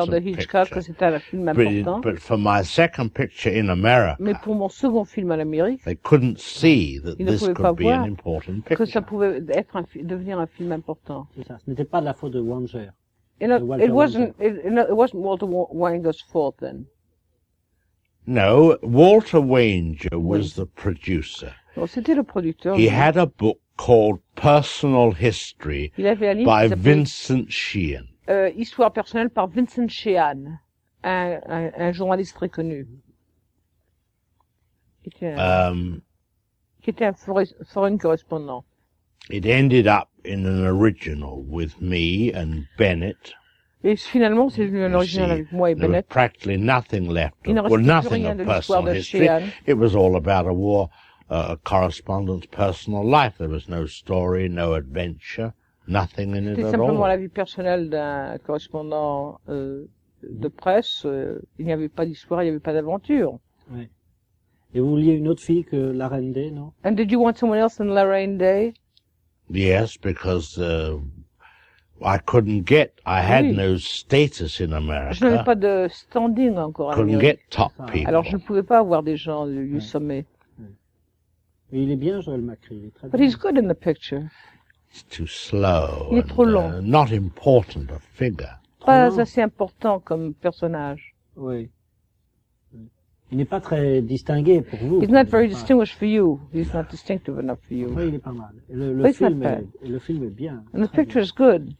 Speaker 4: important
Speaker 3: de Hitchcock,
Speaker 4: picture.
Speaker 3: que c'est un film
Speaker 4: But,
Speaker 3: important.
Speaker 4: it- but for my second picture in America,
Speaker 3: Mais pour mon second film en Amérique,
Speaker 4: they couldn't see that
Speaker 3: Ils ne
Speaker 4: this
Speaker 3: pouvaient pas
Speaker 4: could be an
Speaker 3: voir
Speaker 4: important
Speaker 3: que ça
Speaker 4: picture.
Speaker 3: pouvait être un fi- devenir un film important.
Speaker 2: C'est ça. Ce n'était pas de la faute de Wanger.
Speaker 3: You know,
Speaker 2: The Walter
Speaker 3: it wasn't it, you know, it wasn't Walter Wa- Wanger's fault then.
Speaker 4: No, Walter Wanger was the producer.
Speaker 3: Bon, c'était le producteur.
Speaker 4: He
Speaker 3: lui.
Speaker 4: had a book called Personal History
Speaker 3: Il avait un livre
Speaker 4: by
Speaker 3: qui s'appelait
Speaker 4: Vincent Sheehan.
Speaker 3: euh, Histoire personnelle par Vincent Sheehan, un, un, un journaliste très connu. Qui était un,
Speaker 4: Um,
Speaker 3: qui était un forest- foreign correspondant.
Speaker 4: it ended up in an original with me and Bennett.
Speaker 3: Et finalement, c'est devenu un
Speaker 4: You
Speaker 3: original
Speaker 4: see,
Speaker 3: avec moi et
Speaker 4: There was
Speaker 3: Bennett.
Speaker 4: practically nothing left
Speaker 3: Il
Speaker 4: of,
Speaker 3: ne restait
Speaker 4: well,
Speaker 3: plus
Speaker 4: nothing
Speaker 3: rien
Speaker 4: of
Speaker 3: de l'histoire
Speaker 4: personal
Speaker 3: de
Speaker 4: history.
Speaker 3: Sheehan.
Speaker 4: It was all about a war, uh, a correspondent's personal life. There was no story, no adventure, nothing in it
Speaker 3: C'était
Speaker 4: at
Speaker 3: simplement la
Speaker 4: all.
Speaker 3: vie personnelle d'un correspondant euh, de presse. euh, il n'y avait pas d'histoire, il n'y avait pas d'aventure.
Speaker 2: Et vous vouliez une autre fille que la Reine des, non
Speaker 3: And did you want someone else than Lorraine Day?
Speaker 4: Yes, because uh, I couldn't get. I had
Speaker 3: Oui.
Speaker 4: no status
Speaker 3: Je
Speaker 4: in
Speaker 3: n'avais
Speaker 4: America.
Speaker 3: pas de standing encore. à
Speaker 4: Couldn't
Speaker 3: New York.
Speaker 4: get top
Speaker 2: Ça.
Speaker 4: people.
Speaker 3: Alors je ne pouvais pas avoir des gens du, du sommet.
Speaker 2: Et il est bien, Joël Macri. Il est très
Speaker 3: But
Speaker 2: bien.
Speaker 3: he's good in the picture.
Speaker 4: It's too slow.
Speaker 3: Il est
Speaker 4: and,
Speaker 3: trop
Speaker 4: uh,
Speaker 3: lent.
Speaker 4: not important a figure.
Speaker 3: Pas
Speaker 2: Trop.
Speaker 3: assez important comme personnage.
Speaker 2: Oui. Il n'est pas très distingué pour vous.
Speaker 3: He's not very
Speaker 2: Il est pas-
Speaker 3: distinguished for you. He's not distinctive enough for you.
Speaker 2: Oui, il est pas mal. Et le, le
Speaker 3: Oui, ça
Speaker 2: film
Speaker 3: fait.
Speaker 2: est, et le film est bien.
Speaker 3: And the
Speaker 2: très
Speaker 3: picture is good.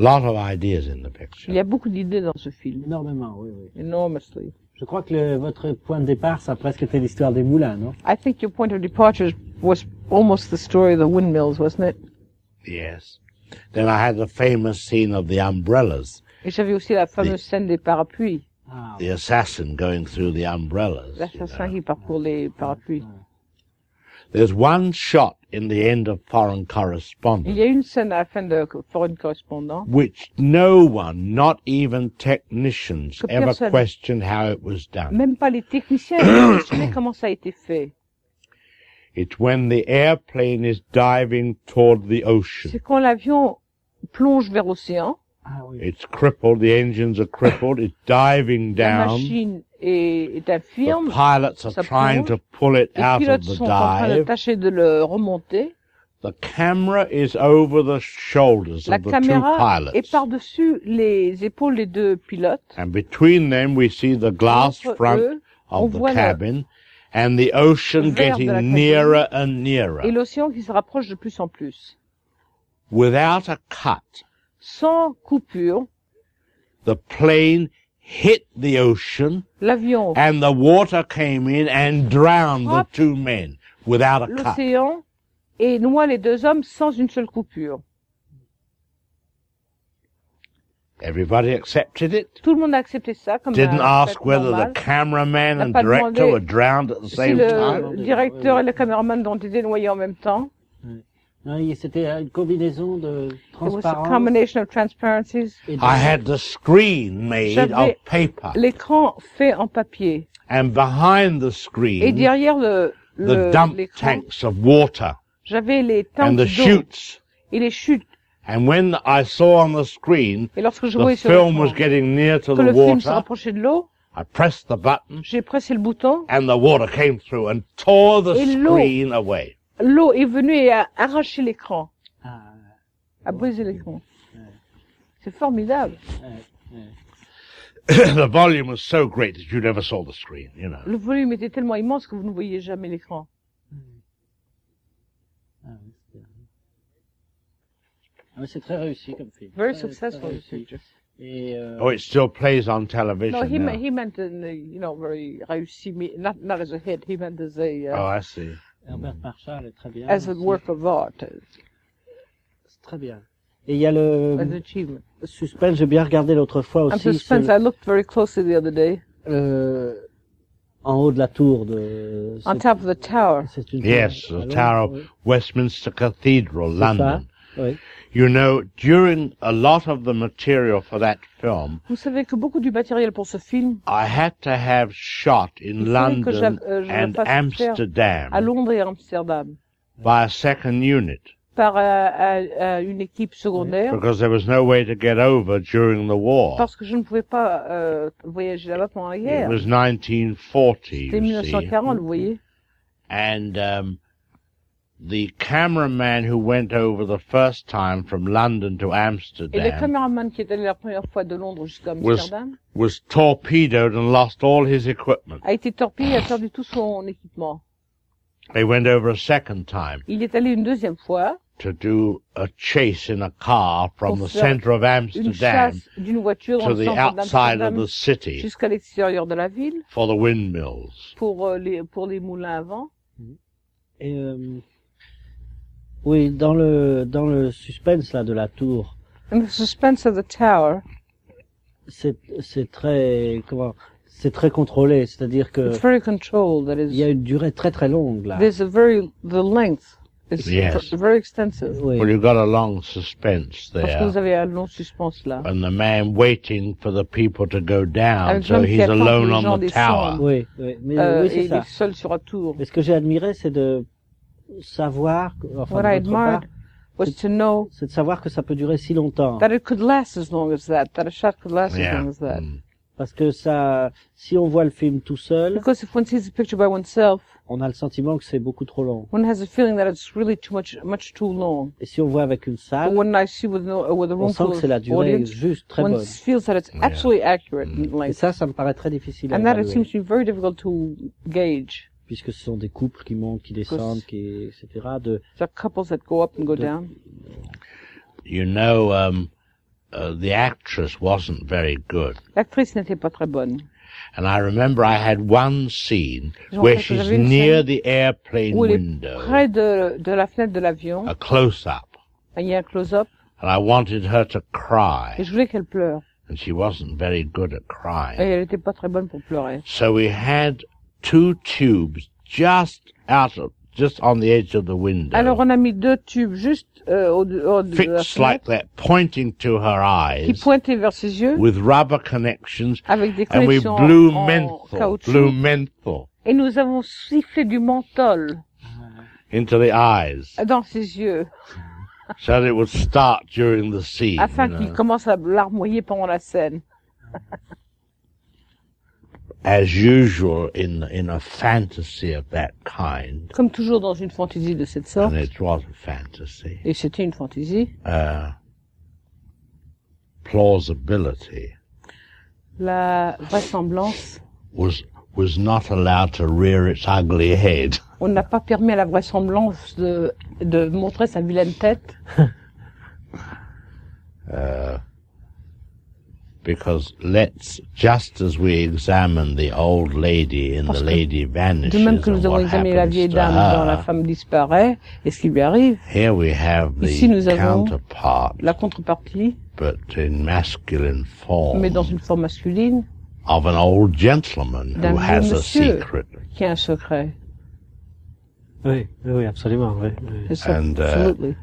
Speaker 4: Lot of ideas in the picture.
Speaker 3: Il y a beaucoup d'idées dans ce
Speaker 2: bien.
Speaker 3: film.
Speaker 2: Énormément, oui, oui.
Speaker 3: Enormously.
Speaker 2: Je crois que le- votre point de départ, ça a presque été l'histoire des moulins, non
Speaker 3: I think your point of departure was almost the story of the windmills, wasn't it?
Speaker 4: Yes. Then I had the famous scene of the umbrellas,
Speaker 3: Et j'avais aussi la fameuse
Speaker 4: Oui.
Speaker 3: scène des parapluies.
Speaker 2: Ah,
Speaker 4: the assassin going through the umbrellas. you
Speaker 3: L'assassin
Speaker 4: know.
Speaker 3: qui parcourt les parapluies.
Speaker 4: There's one shot in the end of Foreign
Speaker 3: Il
Speaker 4: Correspondent,
Speaker 3: y a une scène à la fin de Foreign Correspondant
Speaker 4: which no one, not even technicians,
Speaker 3: Que
Speaker 4: ever
Speaker 3: personne.
Speaker 4: questioned how it was done.
Speaker 3: Même pas les techniciens *coughs* ils ont questionné comment ça a été fait.
Speaker 4: It's when the airplane is diving toward the
Speaker 3: C'est
Speaker 4: ocean.
Speaker 3: quand l'avion plonge vers l'océan,
Speaker 2: ah oui.
Speaker 4: It's crippled, the engines are crippled, it's diving
Speaker 3: la
Speaker 4: down.
Speaker 3: machine est, est
Speaker 4: The
Speaker 3: infirme,
Speaker 4: pilots are
Speaker 3: Ça
Speaker 4: trying
Speaker 3: plonge.
Speaker 4: to pull it
Speaker 3: les
Speaker 4: out
Speaker 3: pilotes
Speaker 4: of the
Speaker 3: sont en train de
Speaker 4: dive.
Speaker 3: tâcher de le remonter,
Speaker 4: The camera is over the shoulders
Speaker 3: la
Speaker 4: of the two
Speaker 3: caméra est
Speaker 4: pilots.
Speaker 3: par-dessus les épaules des deux pilotes.
Speaker 4: And between them we see the glass
Speaker 3: Entre
Speaker 4: front
Speaker 3: eux, on
Speaker 4: of
Speaker 3: voit
Speaker 4: the
Speaker 3: le-
Speaker 4: cabin and the
Speaker 3: le
Speaker 4: ocean
Speaker 3: verre de la
Speaker 4: getting
Speaker 3: cabine.
Speaker 4: nearer and
Speaker 3: Et
Speaker 4: nearer
Speaker 3: l'océan qui se rapproche de plus en plus.
Speaker 4: without a cut.
Speaker 3: Sans coupure,
Speaker 4: The plane hit the ocean
Speaker 3: l'avion,
Speaker 4: and the water came in and drowned the
Speaker 3: Frappe.
Speaker 4: two men without a cut.
Speaker 3: l'océan, et noie les deux hommes sans une seule coupure.
Speaker 4: Everybody accepted it.
Speaker 3: Tout le monde a accepté ça comme
Speaker 4: Didn't
Speaker 3: un fait
Speaker 4: ask whether the
Speaker 3: normal.
Speaker 4: cameraman
Speaker 3: N'a
Speaker 4: and
Speaker 3: pas
Speaker 4: director
Speaker 3: demandé
Speaker 4: were drowned at the
Speaker 3: Si
Speaker 4: same time.
Speaker 3: le directeur et le caméraman ont été noyés en même temps,
Speaker 2: Non, il- c'était une combinaison de
Speaker 3: it was a
Speaker 2: transparence
Speaker 3: combination of transparencies.
Speaker 2: et de...
Speaker 4: I had the screen made of
Speaker 3: J'avais
Speaker 4: paper,
Speaker 3: L'écran fait en papier
Speaker 4: and behind
Speaker 3: et
Speaker 4: the screen,
Speaker 3: derrière le
Speaker 4: the
Speaker 3: le-
Speaker 4: dump
Speaker 3: l'écran,
Speaker 4: tanks of water
Speaker 3: j'avais les tanks
Speaker 4: and the
Speaker 3: d'eau
Speaker 4: chutes.
Speaker 3: et les chutes.
Speaker 4: And when I saw on the screen
Speaker 3: Et lorsque je
Speaker 4: the
Speaker 3: voyais sur l'écran
Speaker 4: film was getting near to
Speaker 3: que
Speaker 4: the
Speaker 3: le film se
Speaker 4: water,
Speaker 3: rapprochait de l'eau,
Speaker 4: I pressed the button,
Speaker 3: j'ai pressé le bouton,
Speaker 4: and the water came through and tore the
Speaker 3: Et l'eau.
Speaker 4: screen away. *coughs*
Speaker 3: l'eau est venue et a arraché l'écran,
Speaker 2: Ah,
Speaker 3: a brisé l'écran. C'est formidable.
Speaker 4: the volume was so great that you never saw the screen. You know,
Speaker 3: Le volume était tellement immense que vous ne voyez jamais l'écran.
Speaker 2: ah oui, c'est bien. Ah oui, c'est très réussi comme film.
Speaker 3: Very
Speaker 2: Très, très
Speaker 3: successful
Speaker 2: réussi.
Speaker 3: picture.
Speaker 2: Et, euh,
Speaker 4: oh, it still plays on television
Speaker 3: No, he
Speaker 4: now.
Speaker 3: meant he meant in the, you know very réussi, me- not not as a hit. He meant as a
Speaker 4: oh,
Speaker 3: uh,
Speaker 4: I see.
Speaker 2: Herbert Marshall est très bien.
Speaker 3: as a
Speaker 2: aussi.
Speaker 3: work of art,
Speaker 2: C'est très bien. Et il y a le
Speaker 4: Mm.
Speaker 3: as an achievement.
Speaker 2: suspense, j'ai bien regardé l'autre fois
Speaker 3: And
Speaker 2: aussi.
Speaker 3: suspense. hein.
Speaker 2: c'est
Speaker 3: I looked very closely the other day
Speaker 2: le- euh, en haut de la tour de...
Speaker 3: on
Speaker 2: c'est-
Speaker 3: top of the tower.
Speaker 2: c'est une tour-
Speaker 4: Yes, the
Speaker 2: alors,
Speaker 4: Tower
Speaker 2: oui,
Speaker 4: of Westminster Cathedral,
Speaker 2: c'est ça,
Speaker 4: London.
Speaker 2: oui.
Speaker 4: You know, during a lot of the material for that film,
Speaker 3: Vous savez que beaucoup du matériel pour ce film
Speaker 4: I had to have shot
Speaker 3: Il
Speaker 4: in
Speaker 3: fallait que
Speaker 4: London
Speaker 3: j'a- euh, je le
Speaker 4: and
Speaker 3: fasse faire
Speaker 4: Amsterdam
Speaker 3: à Londres et à Amsterdam
Speaker 4: by a second unit.
Speaker 3: par euh, à- à une équipe secondaire
Speaker 4: because there was no way to get over during the war.
Speaker 3: parce que je ne pouvais pas euh, voyager là-bas pendant la
Speaker 4: It
Speaker 3: guerre.
Speaker 4: was 1940,
Speaker 3: C'était
Speaker 4: you see.
Speaker 3: 1940, vous voyez.
Speaker 4: And um, the cameraman who went over the first time from London to
Speaker 3: Et le
Speaker 4: Amsterdam
Speaker 3: caméraman qui est allé la première fois de Londres jusqu'à
Speaker 4: Was-
Speaker 3: Amsterdam
Speaker 4: was torpedoed and lost all his equipment.
Speaker 3: a été torpillé, a perdu tout son équipement.
Speaker 4: They went over a second time
Speaker 3: Il est allé une deuxième fois,
Speaker 4: to do a chase in a car from the
Speaker 3: Pour faire
Speaker 4: center of
Speaker 3: une
Speaker 4: Amsterdam
Speaker 3: chasse d'une voiture dans
Speaker 4: to
Speaker 3: le
Speaker 4: the
Speaker 3: centre
Speaker 4: outside of
Speaker 3: d'Amsterdam
Speaker 4: the city
Speaker 3: jusqu'à l'extérieur de la ville
Speaker 4: for the windmills.
Speaker 3: pour euh, les pour les moulins à vent.
Speaker 2: Et, euh, oui, dans le dans le suspense là de la tour,
Speaker 3: And the suspense of the tower.
Speaker 2: c'est c'est très comment c'est très contrôlé, c'est-à-dire que
Speaker 3: It's very controlled. That
Speaker 2: il y a
Speaker 3: is,
Speaker 2: une durée très très longue là.
Speaker 3: there's a very the length is
Speaker 4: Yes.
Speaker 3: pr- very extensive.
Speaker 2: Oui.
Speaker 4: Well, you've got a long suspense
Speaker 3: Parce que
Speaker 4: there.
Speaker 3: vous avez un long suspense là.
Speaker 4: And the man waiting for the people to go down,
Speaker 3: Avec
Speaker 4: so
Speaker 3: l'homme qui
Speaker 4: he's
Speaker 3: attend que
Speaker 4: alone
Speaker 3: les gens
Speaker 4: on the
Speaker 3: descendent.
Speaker 4: tower.
Speaker 2: Oui, oui, mais
Speaker 3: Euh,
Speaker 2: oui,
Speaker 3: et
Speaker 2: c'est
Speaker 3: il est
Speaker 2: ça.
Speaker 3: seul sur un tour.
Speaker 2: Mais ce que j'ai admiré, c'est de savoir, que- enfin,
Speaker 3: What
Speaker 2: de
Speaker 3: I
Speaker 2: votre part,
Speaker 3: admired was to know
Speaker 2: c'est de savoir que ça peut durer si longtemps.
Speaker 3: that it could last as long as that, that a shot could last as
Speaker 4: Yeah.
Speaker 3: long as that.
Speaker 4: Mm.
Speaker 2: Parce que ça, si on voit le film tout seul,
Speaker 3: Because if one sees a picture by oneself,
Speaker 2: on a le sentiment que c'est beaucoup trop long.
Speaker 3: one has a feeling that it's really too much, much too long.
Speaker 2: Et si on voit avec une
Speaker 3: But
Speaker 2: salle,
Speaker 3: when I see with, no, with a
Speaker 2: Ah. on
Speaker 3: room
Speaker 2: sent
Speaker 3: full
Speaker 2: que
Speaker 3: of
Speaker 2: c'est la durée
Speaker 3: audience,
Speaker 2: juste très
Speaker 3: one
Speaker 2: bonne.
Speaker 3: feels that it's
Speaker 4: Yeah.
Speaker 3: absolutely accurate in
Speaker 2: Et
Speaker 3: length.
Speaker 2: ça, ça me paraît très difficile à
Speaker 3: And that it
Speaker 2: évaluer,
Speaker 3: seems to be very difficult to gauge.
Speaker 2: puisque ce sont des couples qui montent, qui descendent, qui, etc. De,
Speaker 3: There are couples that go up and go down.
Speaker 4: You know, um, uh, the actress wasn't very good.
Speaker 3: L'actrice n'était pas très bonne.
Speaker 4: And I remember I had one scene
Speaker 3: Je me
Speaker 4: where
Speaker 3: rappelle que
Speaker 4: she's
Speaker 3: j'avais une
Speaker 4: near
Speaker 3: scène
Speaker 4: the airplane
Speaker 3: Où elle est
Speaker 4: window, Ah.
Speaker 3: près de, de la fenêtre de l'avion,
Speaker 4: a close up,
Speaker 3: il y a un close-up,
Speaker 4: and I wanted her to
Speaker 3: et
Speaker 4: cry,
Speaker 3: je voulais qu'elle pleure.
Speaker 4: and she wasn't very good at
Speaker 3: Et
Speaker 4: crying.
Speaker 3: elle n'était pas très bonne pour pleurer.
Speaker 4: So we had two tubes just out of, just on the edge of the
Speaker 3: Alors
Speaker 4: window,
Speaker 3: on a mis deux tubes juste euh, au, au de la
Speaker 4: fixed like
Speaker 3: fenêtre,
Speaker 4: that, pointing to her
Speaker 3: qui
Speaker 4: eyes
Speaker 3: pointaient vers ses yeux,
Speaker 4: with rubber connections, Oh,
Speaker 3: avec des
Speaker 4: and we
Speaker 3: connexions
Speaker 4: blew
Speaker 3: en
Speaker 4: menthol,
Speaker 3: caoutchouc.
Speaker 4: blew menthol
Speaker 3: Et nous avons sifflé du menthol
Speaker 4: into the eyes.
Speaker 3: dans ses yeux,
Speaker 4: so that it would start during the scene.
Speaker 3: afin
Speaker 4: you
Speaker 3: qu'il
Speaker 4: know.
Speaker 3: commence à larmoyer pendant la scène.
Speaker 4: As usual in in a fantasy of that kind,
Speaker 3: Comme toujours dans une fantaisie de cette sorte,
Speaker 4: and it was a fantasy.
Speaker 3: et c'était une fantaisie,
Speaker 4: Uh, plausibility
Speaker 3: la vraisemblance,
Speaker 4: was was not allowed to rear its ugly head.
Speaker 3: on n'a pas permis à la vraisemblance de, de montrer sa vilaine tête,
Speaker 4: Uh, because let's just as we examine the old lady in
Speaker 3: Parce
Speaker 4: the
Speaker 3: que
Speaker 4: lady
Speaker 3: de
Speaker 4: vanishes
Speaker 3: même que nous
Speaker 4: and
Speaker 3: avons
Speaker 4: what
Speaker 3: examiné la
Speaker 4: happens
Speaker 3: vieille
Speaker 4: to
Speaker 3: dame dans La
Speaker 4: her,
Speaker 3: femme disparaît, et ce qui lui arrive,
Speaker 4: here we have the
Speaker 3: Ici, nous avons
Speaker 4: counterpart
Speaker 3: la contrepartie,
Speaker 4: but in masculine form
Speaker 3: mais dans une forme masculine,
Speaker 4: of an old gentleman
Speaker 3: D'un
Speaker 4: who
Speaker 3: vieux
Speaker 4: has a
Speaker 3: monsieur.
Speaker 4: secret.
Speaker 3: qui a un secret.
Speaker 2: oui, oui, absolument, oui, oui.
Speaker 3: Yes,
Speaker 4: And, uh,
Speaker 3: absolutely.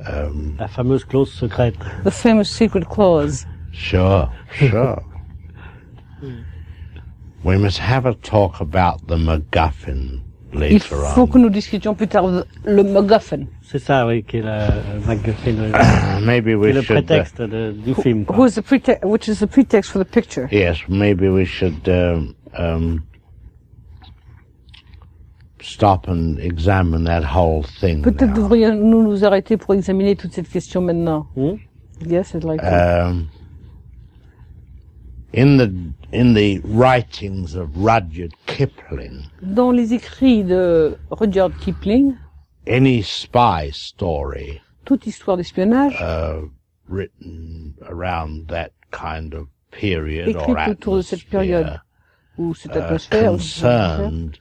Speaker 4: Um,
Speaker 2: La fameuse clause secrète.
Speaker 3: The famous secret clause.
Speaker 4: sure, sure. we must have a talk about the MacGuffin
Speaker 3: Il
Speaker 4: later
Speaker 3: faut que
Speaker 4: on.
Speaker 3: nous discutions plus tard de- le MacGuffin.
Speaker 2: C'est ça, oui, qui est le MacGuffin, oui.
Speaker 3: Ah,
Speaker 4: maybe
Speaker 2: qui est
Speaker 4: we
Speaker 2: le
Speaker 4: should. uh,
Speaker 2: prétexte de- du film. quoi.
Speaker 3: Who is the prete- which is the pretext for the picture.
Speaker 4: yes, maybe we should um, um, stop and examine that whole thing.
Speaker 3: Peut-être
Speaker 4: now.
Speaker 3: devrions-nous nous arrêter pour examiner toute cette question maintenant.
Speaker 2: Hmm?
Speaker 3: Yes, I'd like to.
Speaker 4: um, in the in the writings of Rudyard Kipling,
Speaker 3: Dans les écrits de Rudyard Kipling,
Speaker 4: any spy story
Speaker 3: toute histoire d'espionnage
Speaker 4: uh, written around that kind of period
Speaker 3: Écrite
Speaker 4: or
Speaker 3: autour de cette période
Speaker 4: atmosphere
Speaker 2: euh,
Speaker 3: ou cette
Speaker 4: uh,
Speaker 3: atmosphère. ou cette atmosphère,
Speaker 4: concerned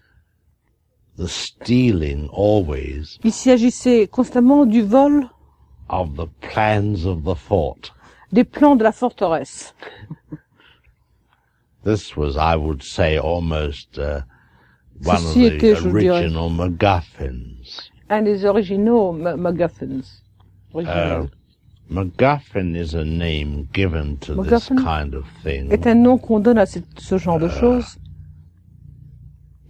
Speaker 4: the stealing always
Speaker 3: Il s'agissait constamment du vol
Speaker 4: of the plans of the fort.
Speaker 3: des plans de la forteresse.
Speaker 4: This was, I would say, almost uh, one of
Speaker 3: Ceci était,
Speaker 4: the
Speaker 3: je dirais-
Speaker 4: original MacGuffins.
Speaker 3: Un des originaux Ma- MacGuffins. Original.
Speaker 4: Uh,
Speaker 2: Euh,
Speaker 4: MacGuffin is a name given to
Speaker 3: MacGuffin
Speaker 4: this kind of thing,
Speaker 3: est un nom qu'on donne à cette- ce genre
Speaker 2: euh,
Speaker 3: de choses,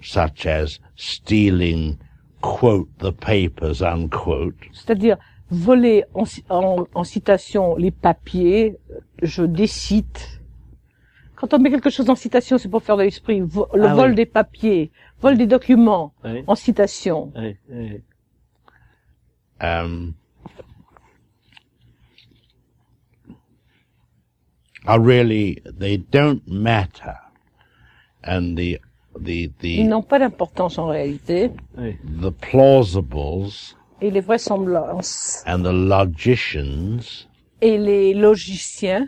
Speaker 4: such as stealing, quote, the papers, unquote,
Speaker 3: c'est-à-dire voler en, ci- en- en citation les papiers, euh, je décite. Quand on met quelque chose en citation, c'est pour faire de l'esprit. Vo- Le
Speaker 2: Ah
Speaker 3: vol
Speaker 2: oui.
Speaker 3: des papiers, vol des documents
Speaker 2: Oui.
Speaker 3: en citation.
Speaker 2: Oui, oui.
Speaker 4: Um, are really they don't matter, and the the the
Speaker 3: Ils n'ont pas d'importance en réalité.
Speaker 4: the plausibles
Speaker 3: Et les vraisemblances
Speaker 4: and the logicians
Speaker 3: et les logiciens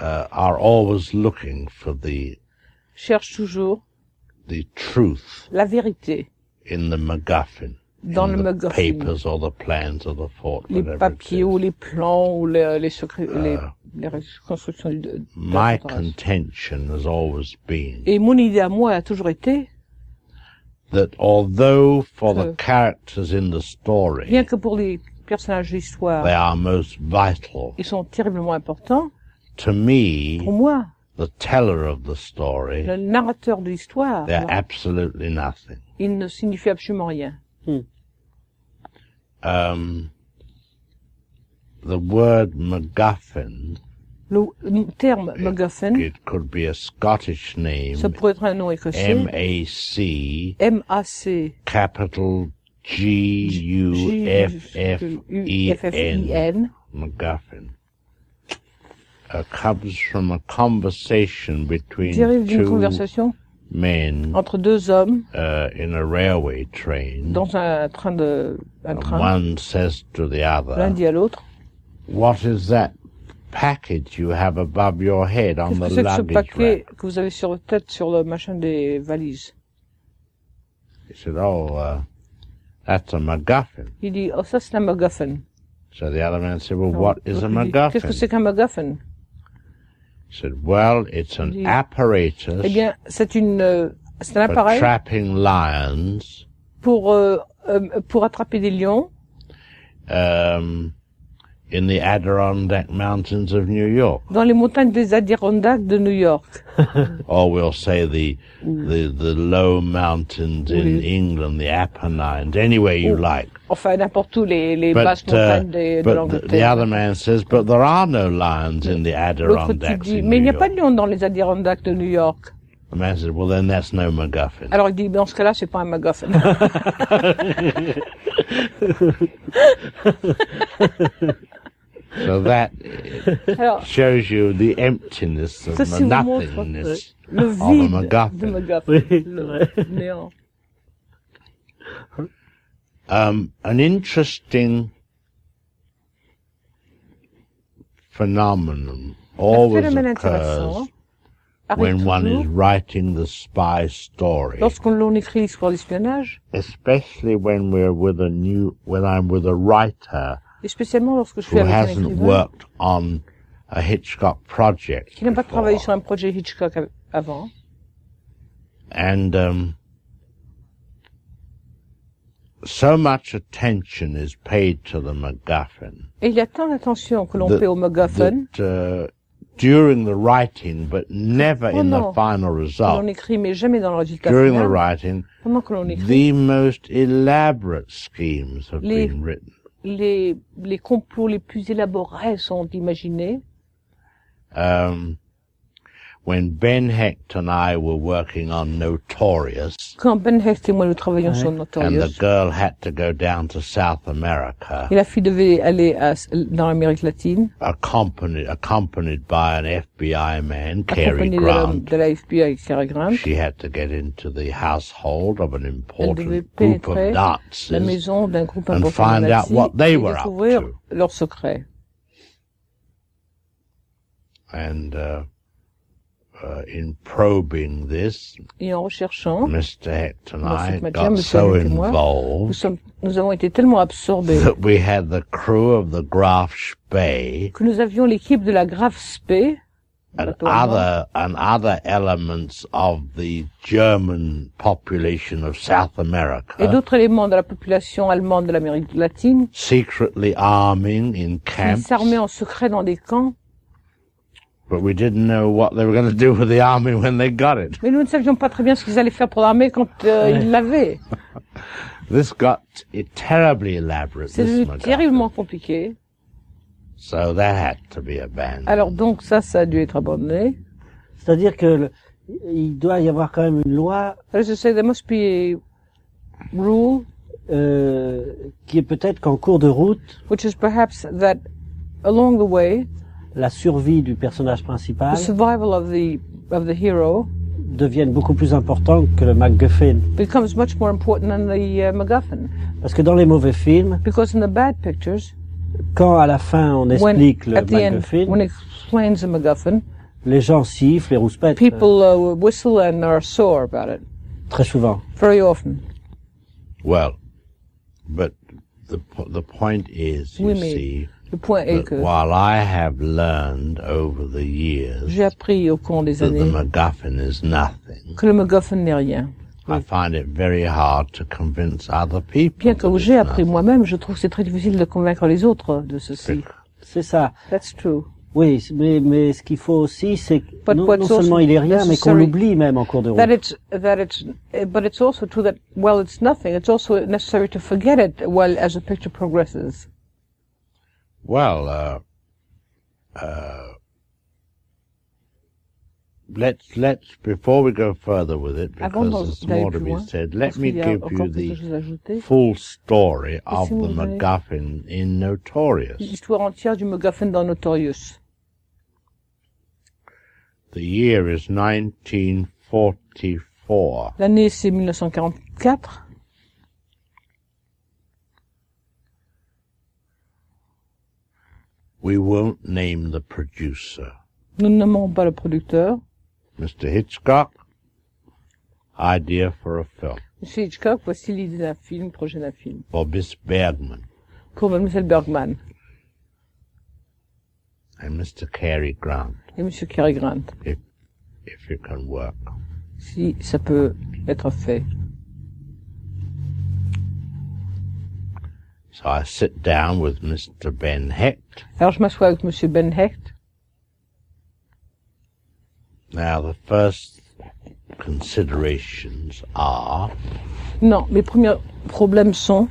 Speaker 4: uh, are always looking for the
Speaker 3: cherchent toujours
Speaker 4: the truth
Speaker 3: la vérité
Speaker 4: in the MacGuffin,
Speaker 3: dans
Speaker 4: in
Speaker 3: le
Speaker 4: the
Speaker 3: magazine.
Speaker 4: papers or the plans or the fort,
Speaker 3: Les
Speaker 4: whatever it
Speaker 3: papiers
Speaker 4: is.
Speaker 3: ou les plans ou les, les secrets, les,
Speaker 4: Ah.
Speaker 3: les reconstructions du- de, de la
Speaker 4: My
Speaker 3: forteresse.
Speaker 4: contention has always been
Speaker 3: Et mon idée à moi a toujours été,
Speaker 4: that although for the
Speaker 3: Euh.
Speaker 4: characters in the story
Speaker 3: bien que pour les personnages de l'histoire,
Speaker 4: they are most vital.
Speaker 3: ils sont terriblement importants,
Speaker 4: To me,
Speaker 3: pour moi,
Speaker 4: the teller of the story,
Speaker 3: le narrateur de l'histoire,
Speaker 4: they're absolutely nothing.
Speaker 3: il ne signifie absolument rien.
Speaker 4: Um, the word MacGuffin,
Speaker 3: Le le terme MacGuffin,
Speaker 4: it could be a Scottish name,
Speaker 3: ça pourrait être un nom écossais,
Speaker 4: M A C,
Speaker 3: M-A-C,
Speaker 4: capital G U F F E N,
Speaker 3: G-U-F-F-I-N,
Speaker 4: MacGuffin. Uh, comes from a conversation between
Speaker 3: dérive d'une
Speaker 4: two
Speaker 3: conversation
Speaker 4: men
Speaker 3: entre deux hommes
Speaker 4: uh, in a railway train.
Speaker 3: dans un train de, un
Speaker 4: And
Speaker 3: train,
Speaker 4: one says to the
Speaker 3: l'un
Speaker 4: other,
Speaker 3: dit à l'autre,
Speaker 4: What is that package you have above your head on
Speaker 3: qu'est-ce
Speaker 4: the
Speaker 3: que c'est que ce
Speaker 4: luggage
Speaker 3: paquet
Speaker 4: rack?
Speaker 3: que vous avez sur votre tête sur le machin des valises?
Speaker 4: He said, Oh, uh, that's a MacGuffin.
Speaker 3: Il dit, oh ça c'est un MacGuffin.
Speaker 4: So the other man said, Well,
Speaker 3: Non,
Speaker 4: what is a
Speaker 3: l'autre lui dit, Qu'est-ce que
Speaker 4: MacGuffin?
Speaker 3: c'est qu'un MacGuffin
Speaker 4: He said, Well, it's
Speaker 3: Il
Speaker 4: an
Speaker 3: dit,
Speaker 4: apparatus
Speaker 3: Eh bien, c'est une, euh, c'est un
Speaker 4: for
Speaker 3: appareil
Speaker 4: trapping lions
Speaker 3: pour euh, euh, pour attraper des lions
Speaker 4: um, in the Adirondack Mountains of New York.
Speaker 3: dans les montagnes des Adirondacks de New York
Speaker 4: Or we'll say the the, the low mountains in England, the Apennines, anywhere you like.
Speaker 3: enfin n'importe où les les basses
Speaker 4: But, uh,
Speaker 3: montagnes des- de
Speaker 4: but the, the
Speaker 3: l'Angleterre.
Speaker 4: other man says, but there are no lions in the
Speaker 3: L'autre type
Speaker 4: Adirondacks
Speaker 3: dit,
Speaker 4: in
Speaker 3: mais il n'y
Speaker 4: New
Speaker 3: a pas de
Speaker 4: York.
Speaker 3: lions dans les Adirondacks de New York.
Speaker 4: The man says, well, then that's no MacGuffin.
Speaker 3: Alors il dit, dans ce cas-là, c'est pas un MacGuffin.
Speaker 4: *laughs* So that
Speaker 3: Alors
Speaker 4: shows you the emptiness of
Speaker 3: Ceci
Speaker 4: the
Speaker 3: vous montre,
Speaker 4: nothingness.
Speaker 3: le
Speaker 4: Oh, le
Speaker 3: vide
Speaker 4: MacGuffin.
Speaker 3: de MacGuffin,
Speaker 2: Oui, c'est vrai.
Speaker 3: le néant.
Speaker 4: Um, an interesting phenomenon
Speaker 3: Un
Speaker 4: always
Speaker 3: phénomène
Speaker 4: occurs
Speaker 3: intéressant arrive
Speaker 4: when one
Speaker 3: hein. toujours
Speaker 4: is writing the spy story,
Speaker 3: lorsqu'on l'on écrit l'histoire d'espionnage,
Speaker 4: especially when we're with a new, when I'm with a writer
Speaker 3: et spécialement lorsque je suis
Speaker 4: who
Speaker 3: avec un
Speaker 4: hasn't
Speaker 3: écrivain
Speaker 4: worked on a Hitchcock project
Speaker 3: qui n'a pas
Speaker 4: before.
Speaker 3: travaillé sur un projet Hitchcock av- avant.
Speaker 4: and um, so much attention is paid to the MacGuffin
Speaker 3: Et il y a tant d'attention que l'on
Speaker 4: The-
Speaker 3: paie au MacGuffin,
Speaker 4: that uh, during the writing, but never
Speaker 3: Oh,
Speaker 4: in the
Speaker 3: no.
Speaker 4: final
Speaker 3: que l'on
Speaker 4: result.
Speaker 3: écrit mais jamais dans le résultat
Speaker 4: oh. During the
Speaker 3: final,
Speaker 4: writing,
Speaker 3: pendant que l'on écrit,
Speaker 4: the most elaborate schemes have
Speaker 3: Les-
Speaker 4: been written.
Speaker 3: les, les complots les plus élaborés sont imaginés.
Speaker 4: Um, when Ben Hecht and I were working on Notorious,
Speaker 3: Quand Ben Hecht et moi nous travaillions sur
Speaker 4: and the
Speaker 3: Notorious,
Speaker 4: girl had to go down to South America,
Speaker 3: et la fille devait aller à, dans l'Amérique latine,
Speaker 4: accompanied accompanied by an FBI man, Cary
Speaker 3: accompagnée de la,
Speaker 4: Grant.
Speaker 3: de la FBI Cary Grant,
Speaker 4: She had to get into the household of an
Speaker 3: devait
Speaker 4: important group
Speaker 3: pénétrer
Speaker 4: of
Speaker 3: la
Speaker 4: Nazis.
Speaker 3: maison d'un groupe
Speaker 4: And
Speaker 3: important de
Speaker 4: find out
Speaker 3: nazis,
Speaker 4: what they
Speaker 3: et
Speaker 4: were up
Speaker 3: découvrir
Speaker 4: to.
Speaker 3: leurs secrets.
Speaker 4: And uh, uh, in probing this,
Speaker 3: Et en recherchant,
Speaker 4: Mr. Hecht and
Speaker 3: Dans
Speaker 4: I
Speaker 3: cette matière,
Speaker 4: got
Speaker 3: monsieur
Speaker 4: so
Speaker 3: Hecht et moi, nous,
Speaker 4: involved
Speaker 3: sommes, nous avons été tellement absorbés
Speaker 4: that we had the crew of the Graf Spee
Speaker 3: que nous avions l'équipe de la Graf Spee,
Speaker 4: and
Speaker 3: bateau allemand,
Speaker 4: other and other elements of the German population of South
Speaker 3: et
Speaker 4: America
Speaker 3: d'autres éléments de la population allemande de l'Amérique latine
Speaker 4: secretly arming in
Speaker 3: qui
Speaker 4: camps,
Speaker 3: s'armaient en secret dans des camps.
Speaker 4: but we didn't know what they were going to do with the army when they got it.
Speaker 3: Mais nous ne savions pas très bien ce qu'ils allaient faire pour l'armée quand euh, ils l'avaient.
Speaker 4: This got it terribly elaborate.
Speaker 3: C'est
Speaker 4: This
Speaker 3: devenu
Speaker 4: MacGuffin.
Speaker 3: terriblement compliqué.
Speaker 4: So that had to be abandoned.
Speaker 3: Alors donc ça, ça a dû être abandonné.
Speaker 2: C'est-à-dire que le- il doit y avoir quand même une loi
Speaker 3: There's a say there must be a rule,
Speaker 2: euh, qui est peut-être qu'en cours de route,
Speaker 3: which is perhaps that along the way,
Speaker 2: la survie du personnage
Speaker 3: the
Speaker 2: principal
Speaker 3: survival of the of the hero
Speaker 2: devienne beaucoup plus importante que le MacGuffin.
Speaker 3: becomes much more important than the uh, MacGuffin.
Speaker 2: Parce que dans les mauvais films,
Speaker 3: Because in the bad pictures,
Speaker 2: quand à la fin on
Speaker 3: when
Speaker 2: explique le
Speaker 3: at the end,
Speaker 2: MacGuffin,
Speaker 3: when it explains the MacGuffin,
Speaker 2: les gens sifflent et rouspètent euh,
Speaker 3: people uh, whistle and are sore about it
Speaker 2: très souvent.
Speaker 3: very often.
Speaker 4: well, but the po- the point is, you
Speaker 3: Oui, mais
Speaker 4: see,
Speaker 3: Le point est
Speaker 4: that
Speaker 3: que
Speaker 4: while I have learned over the years
Speaker 3: j'ai appris au cours des
Speaker 4: that the
Speaker 3: années
Speaker 4: MacGuffin is nothing,
Speaker 3: que le MacGuffin n'est rien.
Speaker 4: I find it very hard to convince other people.
Speaker 3: Bien que
Speaker 4: that
Speaker 3: j'ai
Speaker 4: it's
Speaker 3: appris
Speaker 4: nothing.
Speaker 3: moi-même, je trouve que c'est très difficile de convaincre les autres de ceci.
Speaker 2: C'est ça.
Speaker 3: That's true.
Speaker 2: Oui, c- mais, mais ce qu'il faut aussi, c'est que
Speaker 3: But
Speaker 2: non,
Speaker 3: what's
Speaker 2: non
Speaker 3: also
Speaker 2: seulement il est rien, mais qu'on
Speaker 3: necessary-
Speaker 2: l'oublie même en cours de route.
Speaker 3: That it's that it's, eh, but it's also true that well, it's nothing. It's also necessary to forget it while as the picture progresses.
Speaker 4: Well, uh, uh, let's let's before we go further with it,
Speaker 3: Avant d'en-
Speaker 4: because there's
Speaker 3: d'aller
Speaker 4: more to
Speaker 3: plus
Speaker 4: be
Speaker 3: loin,
Speaker 4: said.
Speaker 3: parce
Speaker 4: Let me
Speaker 3: qu'il y a
Speaker 4: give
Speaker 3: encore
Speaker 4: you
Speaker 3: quelque
Speaker 4: the
Speaker 3: chose à ajouter.
Speaker 4: full story of the
Speaker 3: Laissez-moi vous donner-
Speaker 4: MacGuffin in Notorious.
Speaker 3: L'histoire entière du MacGuffin dans Notorious.
Speaker 4: The year is 1944.
Speaker 3: L'année c'est 1944.
Speaker 4: We won't name the producer,
Speaker 3: Nous ne nommons pas le producteur.
Speaker 4: Mr. Hitchcock. Idea for a film
Speaker 3: Monsieur Hitchcock, voici l'idée d'un film, projet d'un film.
Speaker 4: for Miss Bergman
Speaker 3: Pour Mademoiselle Bergman
Speaker 4: and Mr. Cary Grant,
Speaker 3: et Monsieur Cary Grant.
Speaker 4: if if it can work.
Speaker 3: Si ça peut être fait.
Speaker 4: So I sit down with Mr. Ben Hecht.
Speaker 3: Alors je m'assois avec Monsieur Ben Hecht.
Speaker 4: Now, the first considerations are
Speaker 3: Non, mes premiers problèmes sont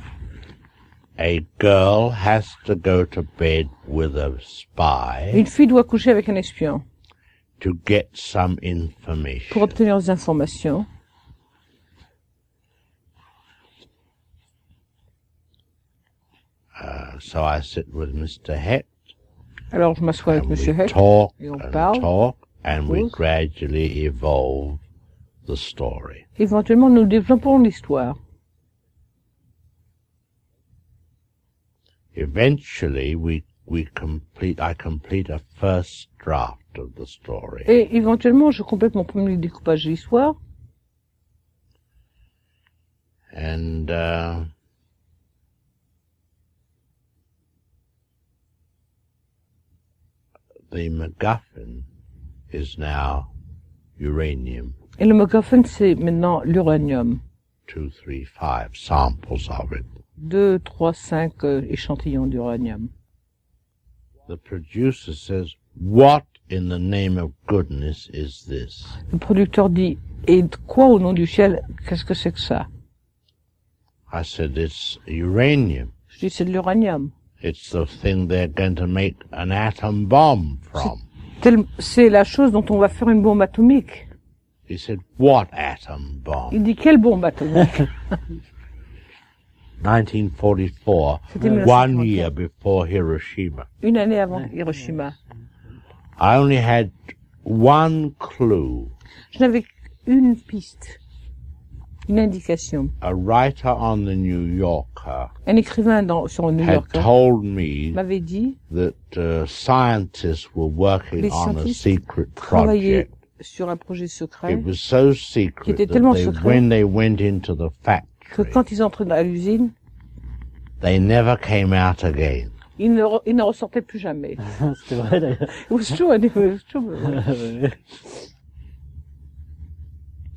Speaker 4: a girl has to go to bed with a spy
Speaker 3: une fille doit coucher avec un espion
Speaker 4: to get some
Speaker 3: pour
Speaker 4: information.
Speaker 3: obtenir des informations.
Speaker 4: Uh, so I sit with Mr. Hecht
Speaker 3: Alors je m'assois avec
Speaker 4: and
Speaker 3: Monsieur
Speaker 4: we
Speaker 3: Hecht.
Speaker 4: talk
Speaker 3: Et on
Speaker 4: and
Speaker 3: parle.
Speaker 4: talk and we
Speaker 3: Pause.
Speaker 4: gradually evolve the story.
Speaker 3: Éventuellement, nous développerons l'histoire.
Speaker 4: Eventually, we, we complete, I complete a first draft of the story.
Speaker 3: Et éventuellement, je complète mon premier découpage de l'histoire.
Speaker 4: and uh, the MacGuffin is now uranium
Speaker 3: Et le MacGuffin, c'est maintenant l'uranium.
Speaker 4: two three five samples of it.
Speaker 3: 2, 3, 5 euh, échantillons d'uranium.
Speaker 4: The producer says, "What in the name of goodness is this?"
Speaker 3: Le producteur dit, et de quoi au nom du ciel, qu'est-ce que c'est que ça
Speaker 4: I said, "It's uranium.
Speaker 3: Je dis, c'est de l'uranium.
Speaker 4: It's the thing they're going to make an atom bomb from."
Speaker 3: Tel- C'est la chose dont on va faire une bombe atomique.
Speaker 4: He said, "What atom bomb?"
Speaker 3: Il dit, quelle bombe atomique
Speaker 4: 1944,
Speaker 3: C'était
Speaker 4: one
Speaker 3: 1944.
Speaker 4: year before Hiroshima.
Speaker 3: *laughs* Une année avant Hiroshima.
Speaker 4: I only had one clue.
Speaker 3: Je n'avais qu'une piste, une indication.
Speaker 4: A writer on the New Yorker
Speaker 3: Un écrivain dans, sur New
Speaker 4: had
Speaker 3: York hein,
Speaker 4: told me
Speaker 3: m'avait dit,
Speaker 4: that uh, scientists were working
Speaker 3: Les
Speaker 4: on a
Speaker 3: scientifiques
Speaker 4: secret
Speaker 3: travailler
Speaker 4: project.
Speaker 3: sur un projet secret
Speaker 4: It was so
Speaker 3: Qui
Speaker 4: secret
Speaker 3: était
Speaker 4: that
Speaker 3: tellement
Speaker 4: they,
Speaker 3: secret
Speaker 4: when they went into the
Speaker 3: que
Speaker 4: factory,
Speaker 3: quand ils entrent dans l'usine,
Speaker 4: they never came out again.
Speaker 3: ils ne, re- ils ne ressortaient plus
Speaker 4: *laughs*
Speaker 3: jamais.
Speaker 2: Hein, C'est vrai d'ailleurs. *laughs*
Speaker 3: It was true, and it was true.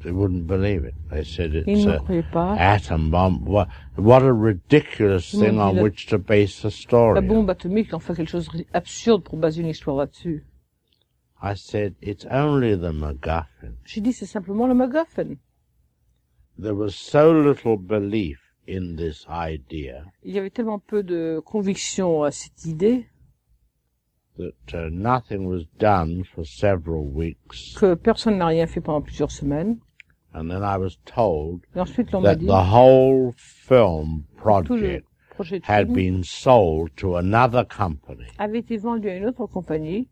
Speaker 4: They wouldn't believe it. They said
Speaker 3: Ils
Speaker 4: it's
Speaker 3: ne
Speaker 4: a
Speaker 3: croyaient pas.
Speaker 4: atom bomb. What, what a ridiculous
Speaker 3: Ils m'ont
Speaker 4: thing
Speaker 3: dit
Speaker 4: on
Speaker 3: la-
Speaker 4: which to base a story.
Speaker 3: La
Speaker 4: on.
Speaker 3: bombe atomique, enfin quelque chose d'absurde pour baser une histoire là-dessus.
Speaker 4: I said, it's only the MacGuffin.
Speaker 3: J'ai dit, c'est simplement le MacGuffin.
Speaker 4: There was so little belief in this idea
Speaker 3: Il y avait tellement peu de conviction à cette idée
Speaker 4: that uh, nothing was done for several weeks.
Speaker 3: que personne n'a rien fait pendant plusieurs semaines.
Speaker 4: And then I was told
Speaker 3: Et ensuite, l'on m'a
Speaker 4: that
Speaker 3: dit
Speaker 4: the whole film
Speaker 3: que tout le
Speaker 4: project
Speaker 3: projet de
Speaker 4: had
Speaker 3: film
Speaker 4: been sold to another company,
Speaker 3: avait été vendu à une autre compagnie,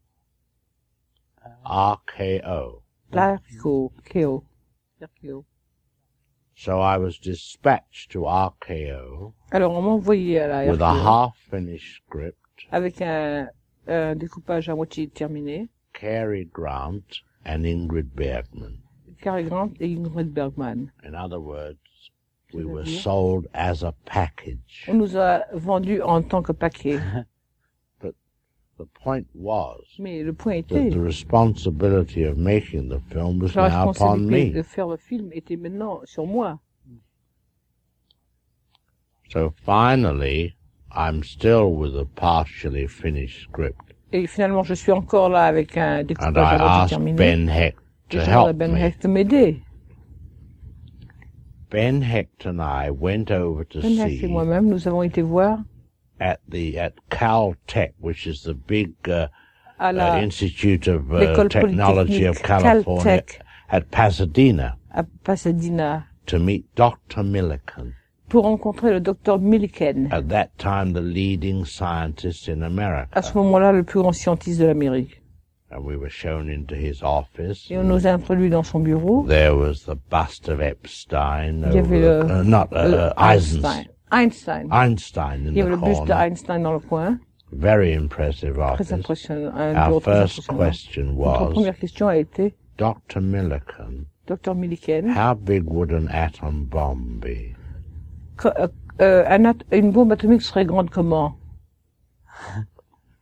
Speaker 4: RKO.
Speaker 3: l'Arco, Keo. Arco.
Speaker 4: So I was dispatched to RKO
Speaker 3: Alors, on m'a envoyé à la
Speaker 4: with a
Speaker 3: RKO
Speaker 4: half finished script,
Speaker 3: avec un, un découpage à moitié terminé,
Speaker 4: Cary Grant and Ingrid Bergman.
Speaker 3: Cary Grant et Ingrid Bergman.
Speaker 4: In other words, we were
Speaker 3: C'est-à-dire
Speaker 4: sold as a package.
Speaker 3: On nous a vendu en tant que paquet.
Speaker 4: The point was
Speaker 3: Mais le point était
Speaker 4: that the responsibility of making the film was
Speaker 3: que la
Speaker 4: now upon
Speaker 3: responsabilité
Speaker 4: me.
Speaker 3: de faire le film était maintenant sur moi.
Speaker 4: So finally, I'm still with a partially finished script,
Speaker 3: Et finalement, je suis encore là avec un
Speaker 4: and
Speaker 3: découpage
Speaker 4: I
Speaker 3: à moitié
Speaker 4: asked
Speaker 3: terminé.
Speaker 4: Ben Heck
Speaker 3: Et
Speaker 4: to
Speaker 3: je demande à
Speaker 4: help
Speaker 3: Ben
Speaker 4: me.
Speaker 3: Hecht de m'aider.
Speaker 4: Ben Hecht and I went over to
Speaker 3: Ben Hecht et
Speaker 4: see
Speaker 3: moi-même, nous avons été voir
Speaker 4: at the at Caltech, which is the big uh,
Speaker 3: à
Speaker 4: uh,
Speaker 3: la,
Speaker 4: Institute of uh,
Speaker 3: l'école
Speaker 4: Technology of
Speaker 3: polytechnique
Speaker 4: California
Speaker 3: Caltech
Speaker 4: at Pasadena
Speaker 3: à Pasadena
Speaker 4: to meet Dr. Millikan,
Speaker 3: pour rencontrer le docteur Milliken,
Speaker 4: at that time the leading scientist in
Speaker 3: à
Speaker 4: America.
Speaker 3: ce moment-là le plus grand scientiste de l'Amérique.
Speaker 4: And we were shown into his office.
Speaker 3: Et on nous a introduits dans son bureau.
Speaker 4: There was the bust of Epstein,
Speaker 3: Il y avait
Speaker 4: over-
Speaker 3: le-
Speaker 4: uh, not uh, uh,
Speaker 3: Euh,
Speaker 4: Eisenstein.
Speaker 3: Einstein.
Speaker 4: Einstein in
Speaker 3: Il y avait
Speaker 4: the
Speaker 3: le buste
Speaker 4: corner.
Speaker 3: d'Einstein dans le coin.
Speaker 4: Very impressive
Speaker 3: Très
Speaker 4: office.
Speaker 3: impressionnant. Un bureau
Speaker 4: Our
Speaker 3: très
Speaker 4: first
Speaker 3: impressionnant.
Speaker 4: question
Speaker 3: Notre
Speaker 4: was,
Speaker 3: première question a été,
Speaker 4: Dr. Millikan,
Speaker 3: docteur Milliken,
Speaker 4: How big would an atom bomb be?
Speaker 3: co- euh, euh, un at- une bombe atomique serait grande comment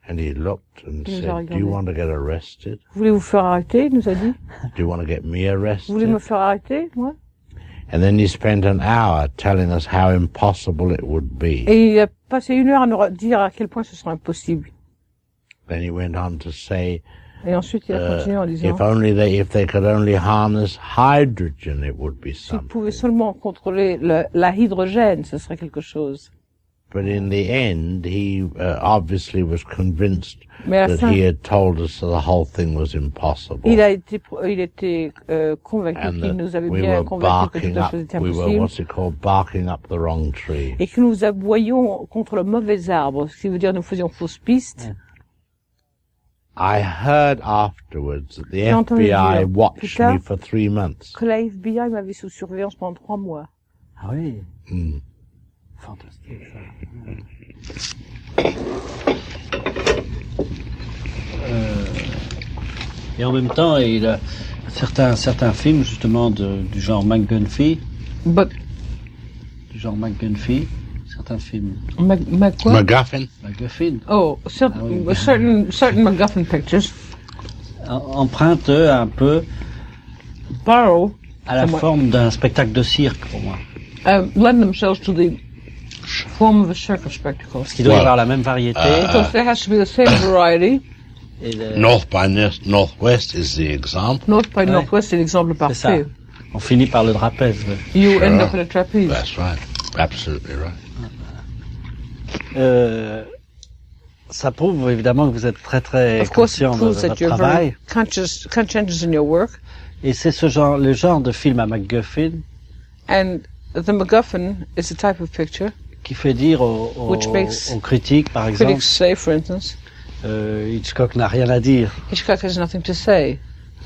Speaker 4: And he looked and
Speaker 3: Il nous a
Speaker 4: said, Do
Speaker 3: regardé.
Speaker 4: you want to get arrested?
Speaker 3: Vous voulez vous faire arrêter Il nous a dit.
Speaker 4: Do you want to get me
Speaker 3: Vous voulez me
Speaker 4: arrested?
Speaker 3: faire arrêter moi
Speaker 4: And then he spent an hour telling us how impossible it would be.
Speaker 3: Et il a passé une heure à nous dire à quel point ce serait impossible.
Speaker 4: Then he went on to say,
Speaker 3: Et ensuite, il a
Speaker 4: uh,
Speaker 3: continué en disant,
Speaker 4: if only they, if they could only harness hydrogen, it would be
Speaker 3: s'ils pouvaient
Speaker 4: something.
Speaker 3: seulement contrôler le- la hydrogène, ce serait quelque chose.
Speaker 4: But in the end, he uh, obviously was convinced
Speaker 3: Mais à la
Speaker 4: that
Speaker 3: fin,
Speaker 4: he had told us that the whole thing was
Speaker 3: il
Speaker 4: impossible.
Speaker 3: a été, pro- il était euh, convaincu
Speaker 4: And
Speaker 3: qu'il
Speaker 4: that
Speaker 3: nous avait
Speaker 4: we
Speaker 3: bien
Speaker 4: were
Speaker 3: convaincu que
Speaker 4: barking
Speaker 3: toute la
Speaker 4: up,
Speaker 3: chose était
Speaker 4: we were,
Speaker 3: impossible.
Speaker 4: what's it called, barking up the wrong tree.
Speaker 3: Et que nous aboyons contre le mauvais arbre, ce qui veut dire nous faisions fausse piste.
Speaker 4: I heard afterwards that the
Speaker 3: J'ai entendu
Speaker 4: FBI
Speaker 3: dire plus
Speaker 4: watched
Speaker 3: tard
Speaker 4: me for three months.
Speaker 3: Que la FBI m'avait sous surveillance pendant trois mois.
Speaker 2: Ah oui,
Speaker 4: Mm.
Speaker 2: fantastique ça. Euh, et en même temps, il a certains, certains films justement de- du genre McGuffey,
Speaker 3: But,
Speaker 2: du genre McGuffey, certains films
Speaker 3: ma, ma quoi?
Speaker 4: MacGuffin.
Speaker 2: McGuffin
Speaker 3: Oh,
Speaker 4: Ah
Speaker 3: certain, certain, certain MacGuffin Pictures
Speaker 2: empruntent eux, un peu
Speaker 3: borrow,
Speaker 2: à la
Speaker 3: Ah, moi-
Speaker 2: forme d'un spectacle de cirque pour moi.
Speaker 3: um, lend themselves to the form of a circus spectacle.
Speaker 2: Parce qu'il doit y
Speaker 4: Ouais.
Speaker 2: avoir la même variété.
Speaker 4: Ah.
Speaker 3: Because there has to be the same variety.
Speaker 2: et le-
Speaker 4: North by North, Northwest is the example.
Speaker 3: North by
Speaker 2: Ouais.
Speaker 3: Northwest, c'est l'exemple
Speaker 2: C'est ça.
Speaker 3: parfait.
Speaker 2: On finit par le trapèze. ouais.
Speaker 3: You end
Speaker 4: Sure.
Speaker 3: up in a trapeze.
Speaker 4: That's right. Absolutely right.
Speaker 2: Euh, ça prouve évidemment que vous êtes très très
Speaker 3: of course, it
Speaker 2: conscient de
Speaker 3: proves that
Speaker 2: votre
Speaker 3: you're
Speaker 2: travail.
Speaker 3: very conscious, conscientious in your work.
Speaker 2: Et c'est ce genre, le genre de film à MacGuffin
Speaker 3: And the MacGuffin is a type of picture.
Speaker 2: qui fait dire aux, aux-
Speaker 3: Which makes-
Speaker 2: aux critiques, par exemple,
Speaker 3: Critics say, for instance,
Speaker 2: euh, Hitchcock n'a rien à dire.
Speaker 3: Hitchcock has nothing to say.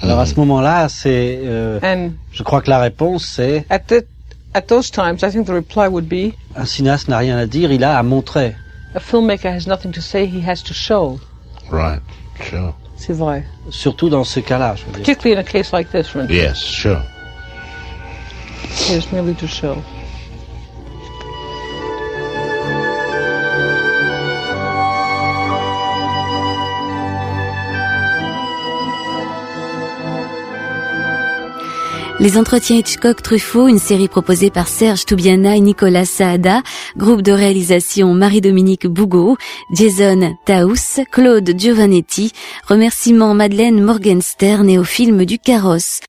Speaker 2: Alors à ce moment-là, c'est, euh,
Speaker 3: And
Speaker 2: je crois que la réponse c'est
Speaker 3: at that, at those times, I think the reply would be,
Speaker 2: un cinéaste n'a rien à dire, il a à montrer.
Speaker 3: a filmmaker has nothing to say, he has to show.
Speaker 4: Right. Sure.
Speaker 3: C'est vrai.
Speaker 2: Surtout dans ce cas-là, je veux dire.
Speaker 3: Particularly in a case like this, for instance,
Speaker 4: Yes, sure.
Speaker 3: he has merely to show.
Speaker 5: Les entretiens Hitchcock-Truffaut, une série proposée par Serge Toubiana et Nicolas Saada, groupe de réalisation Marie-Dominique Bougaud, Jason Taous, Claude Giovanetti, remerciements Madeleine Morgenstern et au film du Carrosse.